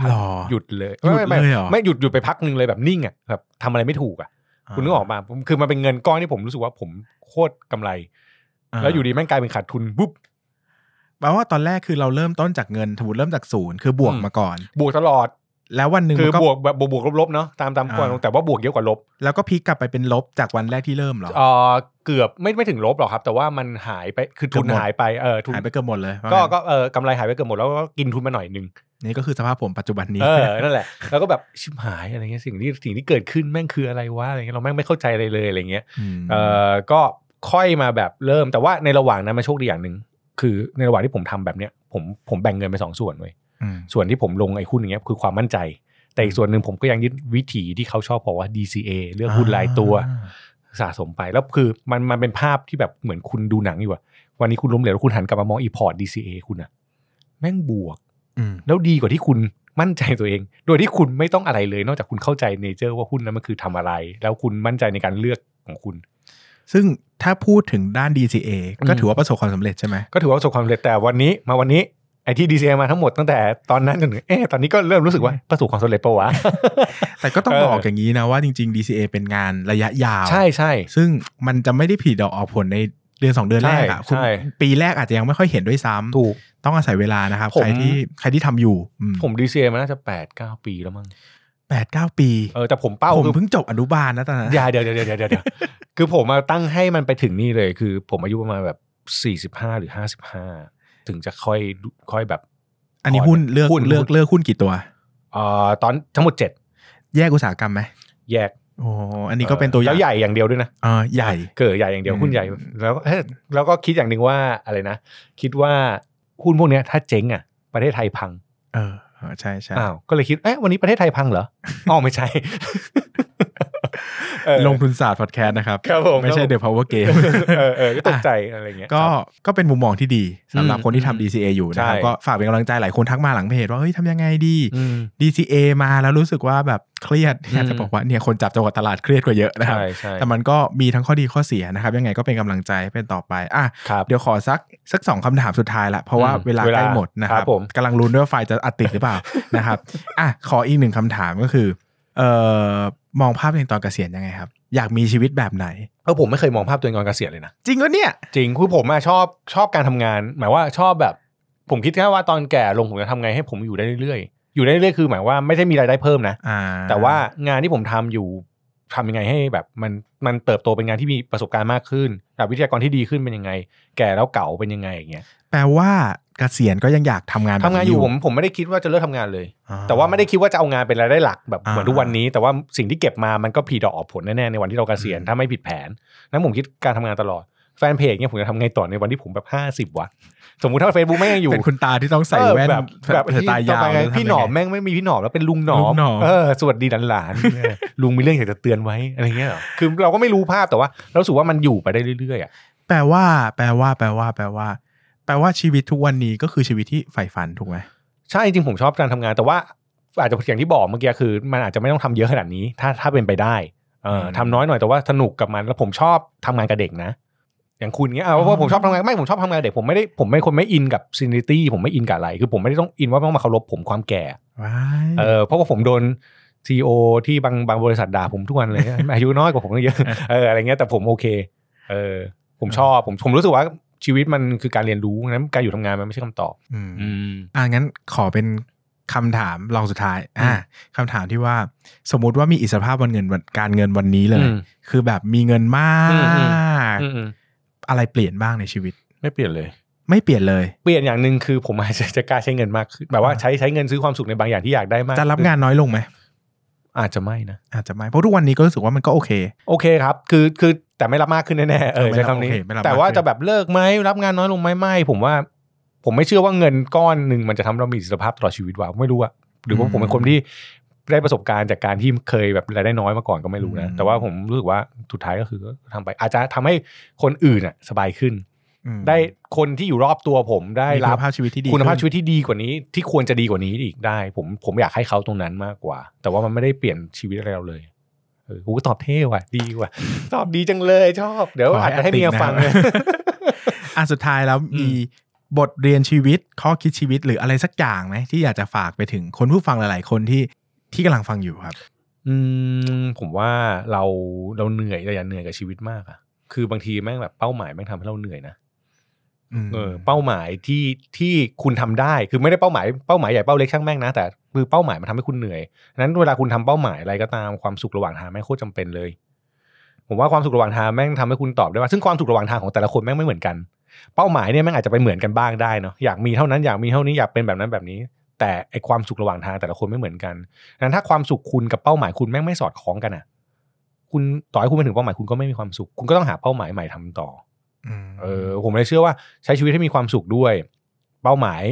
หรอ หยุดเลย หยุด ไม่ไม่ เลยเหรอ ไม่หยุดหยุดไปพักหนึ่งเลยแบบนิ่งอะแบบทำอะไรไม่ถูกอะคุณนึกออกมาคือมันเป็นเงินก้อนที่ผมรู้สึกว่าผมโคตรกำไร า แล้วอยู่ดีแม่งกลายเป็นขาดทุนปุ๊บ แปลว่าตอนแรกคือเราเริ่มต้นจากเงินสมมติเริ่มจากศูนย์คือบวก อืม มาก่อน บวกตลอด แล้ววันหนึ่ง คือ มันก็ บวกแบบบวกลบๆเนาะตามตามก่อน อ่า แต่ว่าบวกเยอะกว่าลบ แล้วก็พลิกกลับไปเป็นลบจากวันแรกที่เริ่มเหรอ เออเกือบไม่ไม่ถึงลบหรอกครับ แต่ว่ามันหายไปคือทุน เกือบหมด หายไปเออทุน หายไปเกือบหมดเลยว่า ก็ งั้น ก็เออกำไรหายไปเกือบหมดแล้วก็กินทุนมาหน่อยหนึง นี่ก็คือสภาพผมปัจจุบันนี้ เออ นั่นแหละ แล้วก็แบบชิบหายอะไรเงี้ย สิ่งที่สิ่งที่เกิดขึ้นแม่งคืออะไรวะอะไรเงี้ย เราแม่งไม่เข้าใจอะไรเลยอะไรเงี้ย ม เออก็ค่อยมาแบบเริ่ม แต่ว่าในระหว่างนั้นมันโชคดีอย่างหนึ่ง คือในระหว่างที่ผมทำแบบเนี้ย ผมผมแบ่งเงินไปสองส่วนเว้ย ม ส่วนที่ผมลงไอ้หุ้นอย่างเงี้ยคือความมั่นใจ แต่อีกส่วนหนึ่งผมก็ยังยึดวิถีที่เขาชอบบอกว่า DCA เลือกหุ้นรายตัว สะสมไป แล้วคือมันมันเป็นภาพที่แบบเหมือนคุณดูหนังอยู่อะวันนี้คุณล้มเหลวแล้วคุณหันกลับมามองอีพอร์ต DCA คุณอะแม่งบวก อืม แล้วดีกว่าที่คุณมั่นใจตัวเอง โดยที่คุณไม่ต้องอะไรเลย นอกจากคุณเข้าใจเนเจอร์ว่าหุ้นนั้นมันคือทำอะไร แล้วคุณมั่นใจในการเลือกของคุณ ซึ่งถ้าพูดถึงด้าน DCA ก็ อืม ถือว่าประสบความสำเร็จใช่ไหม ก็ถือว่าประสบความสำเร็จแต่วันนี้มาวันนี้ไอที่ดีเมาทั้งหมดตั้งแต่ตอนนั้นจนถึงเอ๊ะตอนนี้ก็เริ่มรู้สึกว่าประสบความสำเร็จปะวะ แต่ก็ต้อง เออ บอกอย่างนี้นะว่าจริง ๆ DCA เป็นงานระยะยาว ใช่ใช่ ซึ่งมันจะไม่ได้ผลิดอกออกผลในเดือน 2 เดือนแรกอะ ใช่ คุณ ใช่ ปีแรกอาจจะยังไม่ค่อยเห็นด้วยซ้ำ ถูก ต้องอาศัยเวลานะครับ ผม ใครที่ใครที่ทำอยู่อืม ผมดี a มันน่าจะแปดเก้าปีแล้วมั้ง แปดเก้าปี เออแต่ผมเป้า ผม คือ เพิ่งจบอนุบาลนะตอนนั้น อย่าเดี๋ยวเดี๋ยวเดี๋ยวเดี๋ยวเดี๋ ยวคือผมมาตั้งให้มันไปถึงนี่เลย คือผมอายุประมาณแบบสี่สิบห้าหรือห้าสิบห้าถึงจะค่อยดูค่อยแบบ อันนี้หุ้นเลือก หุ้น เลือกเลือกหุ้นกี่ตัว เอ่อตอนทั้งหมดเจ็ด แยกอุตสาหกรรมไหม แยก โอ้อันนี้ก็เป็นตัวอย่าง แล้วใหญ่อย่างเดียวด้วยนะ เออใหญ่ เกิดใหญ่อย่างเดียว อืม หุ้นใหญ่แล้วเอ้ยแล้วก็คิ ดอย่างหนึ่งว่าอะไรนะ คิดว่าหุ้นพวกเนี้ยถ้าเจ๊งอ่ะประเทศไทยพัง เออเออใช่ใช่ อ้าวก็เลยคิดเอ๊ะวันนี้ประเทศไทยพังเหรอ อ๋อไม่ใช่ เออ ลงทุนศาสตร์พอดแคสต์นะครับ ครับผม ไม่ใช่ The Power Game เออเออก็ตกใจอะไรเงี้ย ก็ ครับ ก็เป็นมุมมองที่ดีสำหรับ อืม คนที่ทำ DCA อยู่นะครับ ใช่ ก็ฝากเป็นกำลังใจหลายคนทักมาหลังเพจว่า เฮ้ยทำยังไงดี อืม DCA มาแล้วรู้สึกว่าแบบเครียด อยากจะ อืม บอกว่าเนี่ยคนจับจังหวะตลาดเครียดกว่าเยอะนะครับ ใช่ใช่ แต่มันก็มีทั้งข้อดีข้อเสียนะครับ ยังไงก็เป็นกำลังใจให้เป็นต่อไปอ่ะ ครับ เดี๋ยวขอสักสักสองคำถามสุดท้ายละเพราะว่า อืม เวลา เวใกลาล้หมดนะค ครั รับบ ผม กำลังรุ้นด้วยว่าไฟล์จะอัดติดหรือเปล่า นะครับอ่ะขออีกหนึ่งคำถามก็คือเอ่อมองภาพตัวเองตอนเกษียณยังไงครับ อยากมีชีวิตแบบไหน เพราะผมไม่เคยมองภาพตัวเองก่อนเกษียณเลยนะ จริงแล้วเนี่ย จริงคือผมอะชอบชอบการทำงาน หมายว่าชอบแบบ ผมคิดแค่ว่าตอนแก่ลงผมจะทำไงให้ผมอยู่ได้เรื่อย อยู่ได้เรื่อยๆคือหมายว่าไม่ได้มีรายได้เพิ่มนะ อ่า แต่ว่างานที่ผมทำอยู่ทำยังไงให้แบบมันมันเติบโตเป็นงานที่มีประสบการณ์มากขึ้นกับวิทยากรที่ดีขึ้นเป็นยังไง แก่แล้วเก่าเป็นยังไงอย่างเงี้ย แปลว่าเกษียณก็ยังอยากทำงานแบบ ทำงานอยู่ผมผมไม่ได้คิดว่าจะเลิกทำงานเลย อ่ แต่ว่าไม่ได้คิดว่าจะเอางานเป็นรายได้หลักแบบ อ่า เหมือนทุกวันนี้แต่ว่าสิ่งที่เก็บมามันก็ผีดอกออกผลแน่ๆในวันที่เราเกษียณ อืม ถ้าไม่ผิดแผนนั้นผมคิดการทำงานตลอดแฟนเพจเนี่ยผมจะทำไงต่อในวันที่ผมแบบห้าสิบ50วะสมมุติถ้าเฟซบุ๊กแม่งยังอยู่ เป็นคุณตาที่ต้องใส่ เออ แว่น แบบแบบ สายตายาว ต่อไปไง แล้วทำ พี่หนอม ยังไง แม่งไม่มีพี่หนอมแล้วเป็นลุงหนอ ลุ ม งหนอม เออสวัสดีหลานๆเนี่ยลุงมีเรื่องอยากจะเตือนไว้อะไรเงี้ยเหรอคือเราก็ไม่รู้ภาพแต่ว่าเรารู้สึกว่ามันอยู่ไปได้เรื่อยๆอ่ะ แปลว่า แปลว่า แปลว่า แปลว่า แปลว่าชีวิตทุกวันนี้ก็คือชีวิตที่ใฝ่ฝันถูกไหม ใช่จริงๆผมชอบการทำงาน แต่ว่าอาจจะอย่างที่บอกเมื่อกี้คือ มันอาจจะไม่ต้องทำเยอะขนาดนี้ ถ้าถ้าเป็นไปได้เออ อืม ทำน้อยหน่อยแต่ว่าสนุกกับมันแล้วผมชอบทำงานกับเด็กนะ อย่างคุณเงี้ยเอาเพราะว่าผมชอบทำงานไม่ผมชอบทำงานกับเด็กผมไม่ได้ผมไม่คนไม่อินกับซีนิตี้ผมไม่อินกับอะไรคือผมไม่ได้ต้องอินว่าต้องมาเคารพผมความแก่ ว้าย เออเพราะว่าผมโดนซีอที่บางบางบริษัทด่าผมทุกวันเลย อายุน้อยกว่าผมตั้งเยอะ เอออะไรเงี้ยแต่ผมโอเคเออผมชอบผมผมรู้สึกว่าชีวิตมันคือการเรียนรู้งั้นการอยู่ทำงานมันไม่ใช่คำตอบ อืม อืม อ่างั้นขอเป็นคำถามลองสุดท้าย อ่า อืม คำถามที่ว่า สมมติว่ามีอิสรภาพวันเงินวันการเงินวันนี้เลย คือแบบมีเงินมาก อืมอืม อะไรเปลี่ยนบ้างในชีวิต ไม่เปลี่ยนเลย ไม่เปลี่ยนเลย เปลี่ยนอย่างหนึ่งคือผมอาจจะจะกล้าใช้เงินมากขึ้นแบบว่า อ่า ใช้ใช้เงินซื้อความสุขในบางอย่างที่อยากได้มาก จะรับ ขึ้ งานน้อยลงไหม อาจจะไม่นะ อาจจะไม่ เพราะทุกวันนี้ก็รู้สึกว่ามันก็โอเค โอเคครับคือคือแต่ไม่รับมากขึ้นแน่ๆเออ ไม่ ใช้ รับ คำนี้ โอเคไม่รับมากขึ้น แต่ว่าจะแบบเลิกไหมรับงานน้อยลงไหมไม่ผมว่า ผมไม่เชื่อว่าเงินก้อนหนึ่งมันจะทำให้เรามีอิสรภาพตลอดชีวิตว่ะไม่รู้อะหรือว่าผมเป็นคนที่ได้ประสบการณ์จากการที่เคยแบบรายได้น้อยมาก่อนก็ไม่รู้นะแต่ว่าผมรู้สึกว่าสุดท้ายก็คือก็ทำไป อาจจะทำให้คนอื่นอะสบายขึ้น อืม ได้คนที่อยู่รอบตัวผมได้ มีคุ รั ณ บ ภาพชีวิตที่ดี คุณภาพชี ขึ้น วิตที่ดีกว่านี้ที่ควรจะดีกว่านี้อีกได้ ผมผมอยากให้เขาตรงนั้นมากกว่า แต่ว่ามันไม่ได้เปลี่ยนชีวิตอะไรเราเลยเออกูตอบเท่ว่ะดีว่ะ ตอบดีจังเลยชอบ เดี๋ยวอาจจะให้เมียฟัง เลย อ่ะสุดท้ายแล้วมี อื บทเรียนชีวิต ข้อคิดชีวิตหรืออะไรสักอย่างไหมที่อยากจะฝากไปถึงคนผู้ฟังหลาย ๆ คนที่ที่กำลังฟังอยู่ครับ อืมผมว่าเราเราเหนื่อยแต่อย่าเหนื่อยกับชีวิตมากอะคือบางทีแม่งแบบเป้าหมายแม่งทำให้เราเหนื่อยนะ อืม เออเป้าหมายที่ที่คุณทำได้คือไม่ได้เป้าหมายเป้าหมายใหญ่เป้าเล็กช่างแม่งนะแต่คือเป้าหมายมันทำให้คุณเหนื่อยฉะนั้นเวลาคุณทำเป้าหมายอะไรก็ตามความสุขระหว่างทางแม่งโคตรจำเป็นเลย ผมว่าความสุขระหว่างทางแม่งทำให้คุณตอบได้ว่าซึ่งความสุขระหว่างทางของแต่ละคนแม่งไม่เหมือนกัน เป้าหมายเนี่ยแม่งอาจจะไปเหมือนกันบ้างได้เนาะอยากมีเท่านั้นอยากมีเท่านี้อยากเป็นแบบนั้นแบบนี้ แต่ไอความสุขระหว่างทางแต่ละคนไม่เหมือนกันนั้นถ้าความสุขคุณกับเป้าหมายคุณแม่งไม่สอดคล้องกันอ่ะ คุณต่อให้คุณไปถึงเป้าหมายคุณก็ไม่มีความสุข คุณก็ต้องหาเป้าหมายใหม่ทำต่อ อืม เออผมเลยเชื่อว่าใช้ชีวิตให้มีความสุขด้วย เป้าหมาย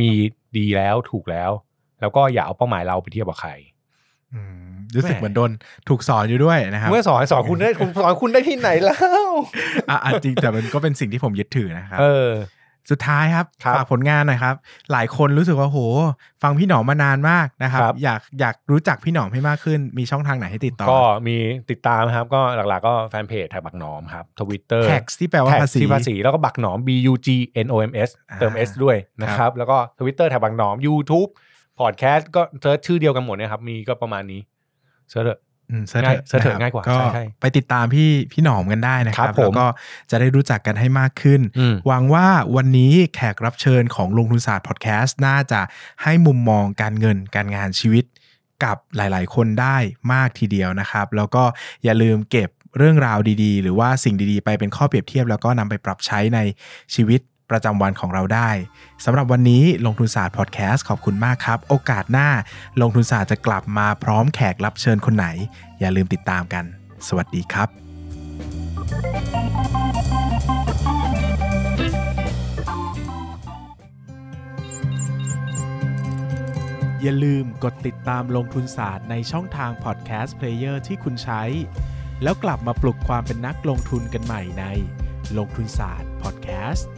มีดีแล้วถูกแล้ว แล้วก็อย่าเอาเป้าหมายเราไปเทียบกับใคร อืมรู้สึก แหม่ เหมือนโดนถูกสอนอยู่ด้วยนะครับ เมื่อสอนสอนคุณได้คุณสอนคุณได้ที่ไหนแล้ว อ่ะอ่ะจริงแต่มันก็เป็นสิ่งที่ผมยึดถือนะครับ เออ สุดท้ายครับ ครับ ฝากผลงานหน่อยครับ หลายคนรู้สึกว่าโห ฟังพี่หนอมมานานมากนะครับ ครับ อยากอยากรู้จักพี่หนอมให้มากขึ้น มีช่องทางไหนให้ติดต่อ ก็มีติดตามนะครับ ก็หลักๆก็แฟนเพจแท็กบักหนอมครับทวิตเตอร์ แท็กที่แปลว่าภาษี ที่ภาษีแล้วก็บักหนอม B U G N O M S เติม อ่า S ด้วยนะค ครั รับ บ แล้วก็ทวิตเตอร์แท็กบักหนอม YouTube พอดแคสต์ก็เซิร์ชชื่อเดียวกันหมดเนะครับ มีก็ประมาณนี้เซิร์ชเถอะ อืมเสิร์ชเถอะ ง่ายเสิร์ชเถอะ นะครับ ง่ายกว่า ก็ ใช่ใช่ ไปติดตามพี่พี่หนอมกันได้นะค ครั รั บบ ผม แล้วก็จะได้รู้จักกันให้มากขึ้น อืม หวังว่าวันนี้แขกรับเชิญของลงทุนศาสตร์พอดแคสต์น่าจะให้มุมมองการเงินการงานชีวิตกับหลาย ๆ คนได้มากทีเดียวนะครับ แล้วก็อย่าลืมเก็บเรื่องราวดีๆ หรือว่าสิ่งดีๆ ไปเป็นข้อเปรียบเทียบ แล้วก็นำไปปรับใช้ในชีวิตประจำวันของเราได้สำหรับวันนี้ลงทุนศาสตร์พอดแคสต์ขอบคุณมากครับ โอกาสหน้าลงทุนศาสตร์จะกลับมาพร้อมแขกรับเชิญคนไหน อย่าลืมติดตามกัน สวัสดีครับอย่าลืมกดติดตามลงทุนศาสตร์ในช่องทางพอดแคสต์เพลเยอร์ที่คุณใช้ แล้วกลับมาปลุกความเป็นนักลงทุนกันใหม่ในลงทุนศาสตร์พอดแคสต์